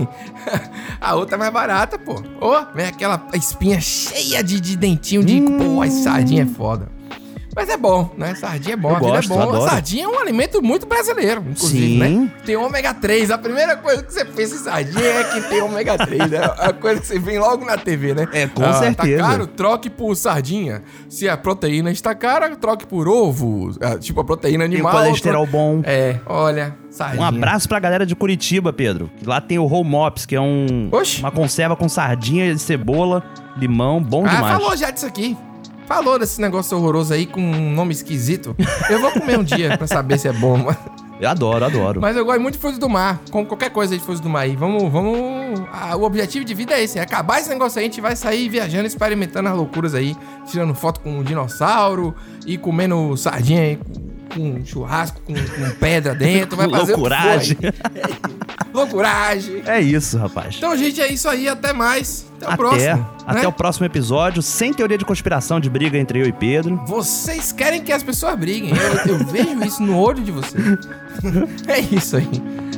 Speaker 2: A outra é mais barata, pô.
Speaker 3: Hum.
Speaker 2: Ô, vem aquela espinha cheia de, de dentinho de. Pô, a sardinha é foda. Mas é bom, né? Sardinha é bom,
Speaker 3: Eu
Speaker 2: a vida
Speaker 3: gosto,
Speaker 2: é bom.
Speaker 3: adoro.
Speaker 2: Sardinha é um alimento muito brasileiro, inclusive,
Speaker 3: Sim.
Speaker 2: né? Tem ômega 3. A primeira coisa que você pensa em sardinha é que tem ômega 3, né? É a coisa que você vem logo na TV, né? É,
Speaker 3: com certeza.
Speaker 2: Tá caro, troque por sardinha. Se a proteína está cara, troque por ovo. Ah, Tipo, a proteína
Speaker 3: Tem o
Speaker 2: animal.
Speaker 3: colesterol bom.
Speaker 2: É, olha, sardinha.
Speaker 3: Um abraço pra galera de Curitiba, Pedro. que Lá tem o roll mops, que é um, uma conserva com sardinha, cebola, limão, bom
Speaker 2: ah,
Speaker 3: demais.
Speaker 2: falou já disso aqui. Falou desse negócio horroroso aí com um nome esquisito. Eu vou comer um dia pra saber se é bom. mas-
Speaker 3: Eu adoro, adoro.
Speaker 2: Mas eu gosto muito de frutos do mar. Como qualquer coisa de frutos do mar aí. Vamos, vamos... ah, o objetivo de vida é esse. É acabar esse negócio aí. A gente vai sair viajando, experimentando as loucuras aí. Tirando foto com um dinossauro. E comendo sardinha aí com com churrasco, com, com pedra dentro. Vai fazer o que for aí.
Speaker 3: Loucuragem.
Speaker 2: Loucuragem.
Speaker 3: É isso, rapaz.
Speaker 2: Então, gente, é isso aí. Até mais. Até o
Speaker 3: até
Speaker 2: próximo.
Speaker 3: até
Speaker 2: né?
Speaker 3: o próximo episódio, sem teoria de conspiração de briga entre eu e Pedro.
Speaker 2: Vocês querem que as pessoas briguem. Eu, eu vejo isso no olho de vocês. É isso aí.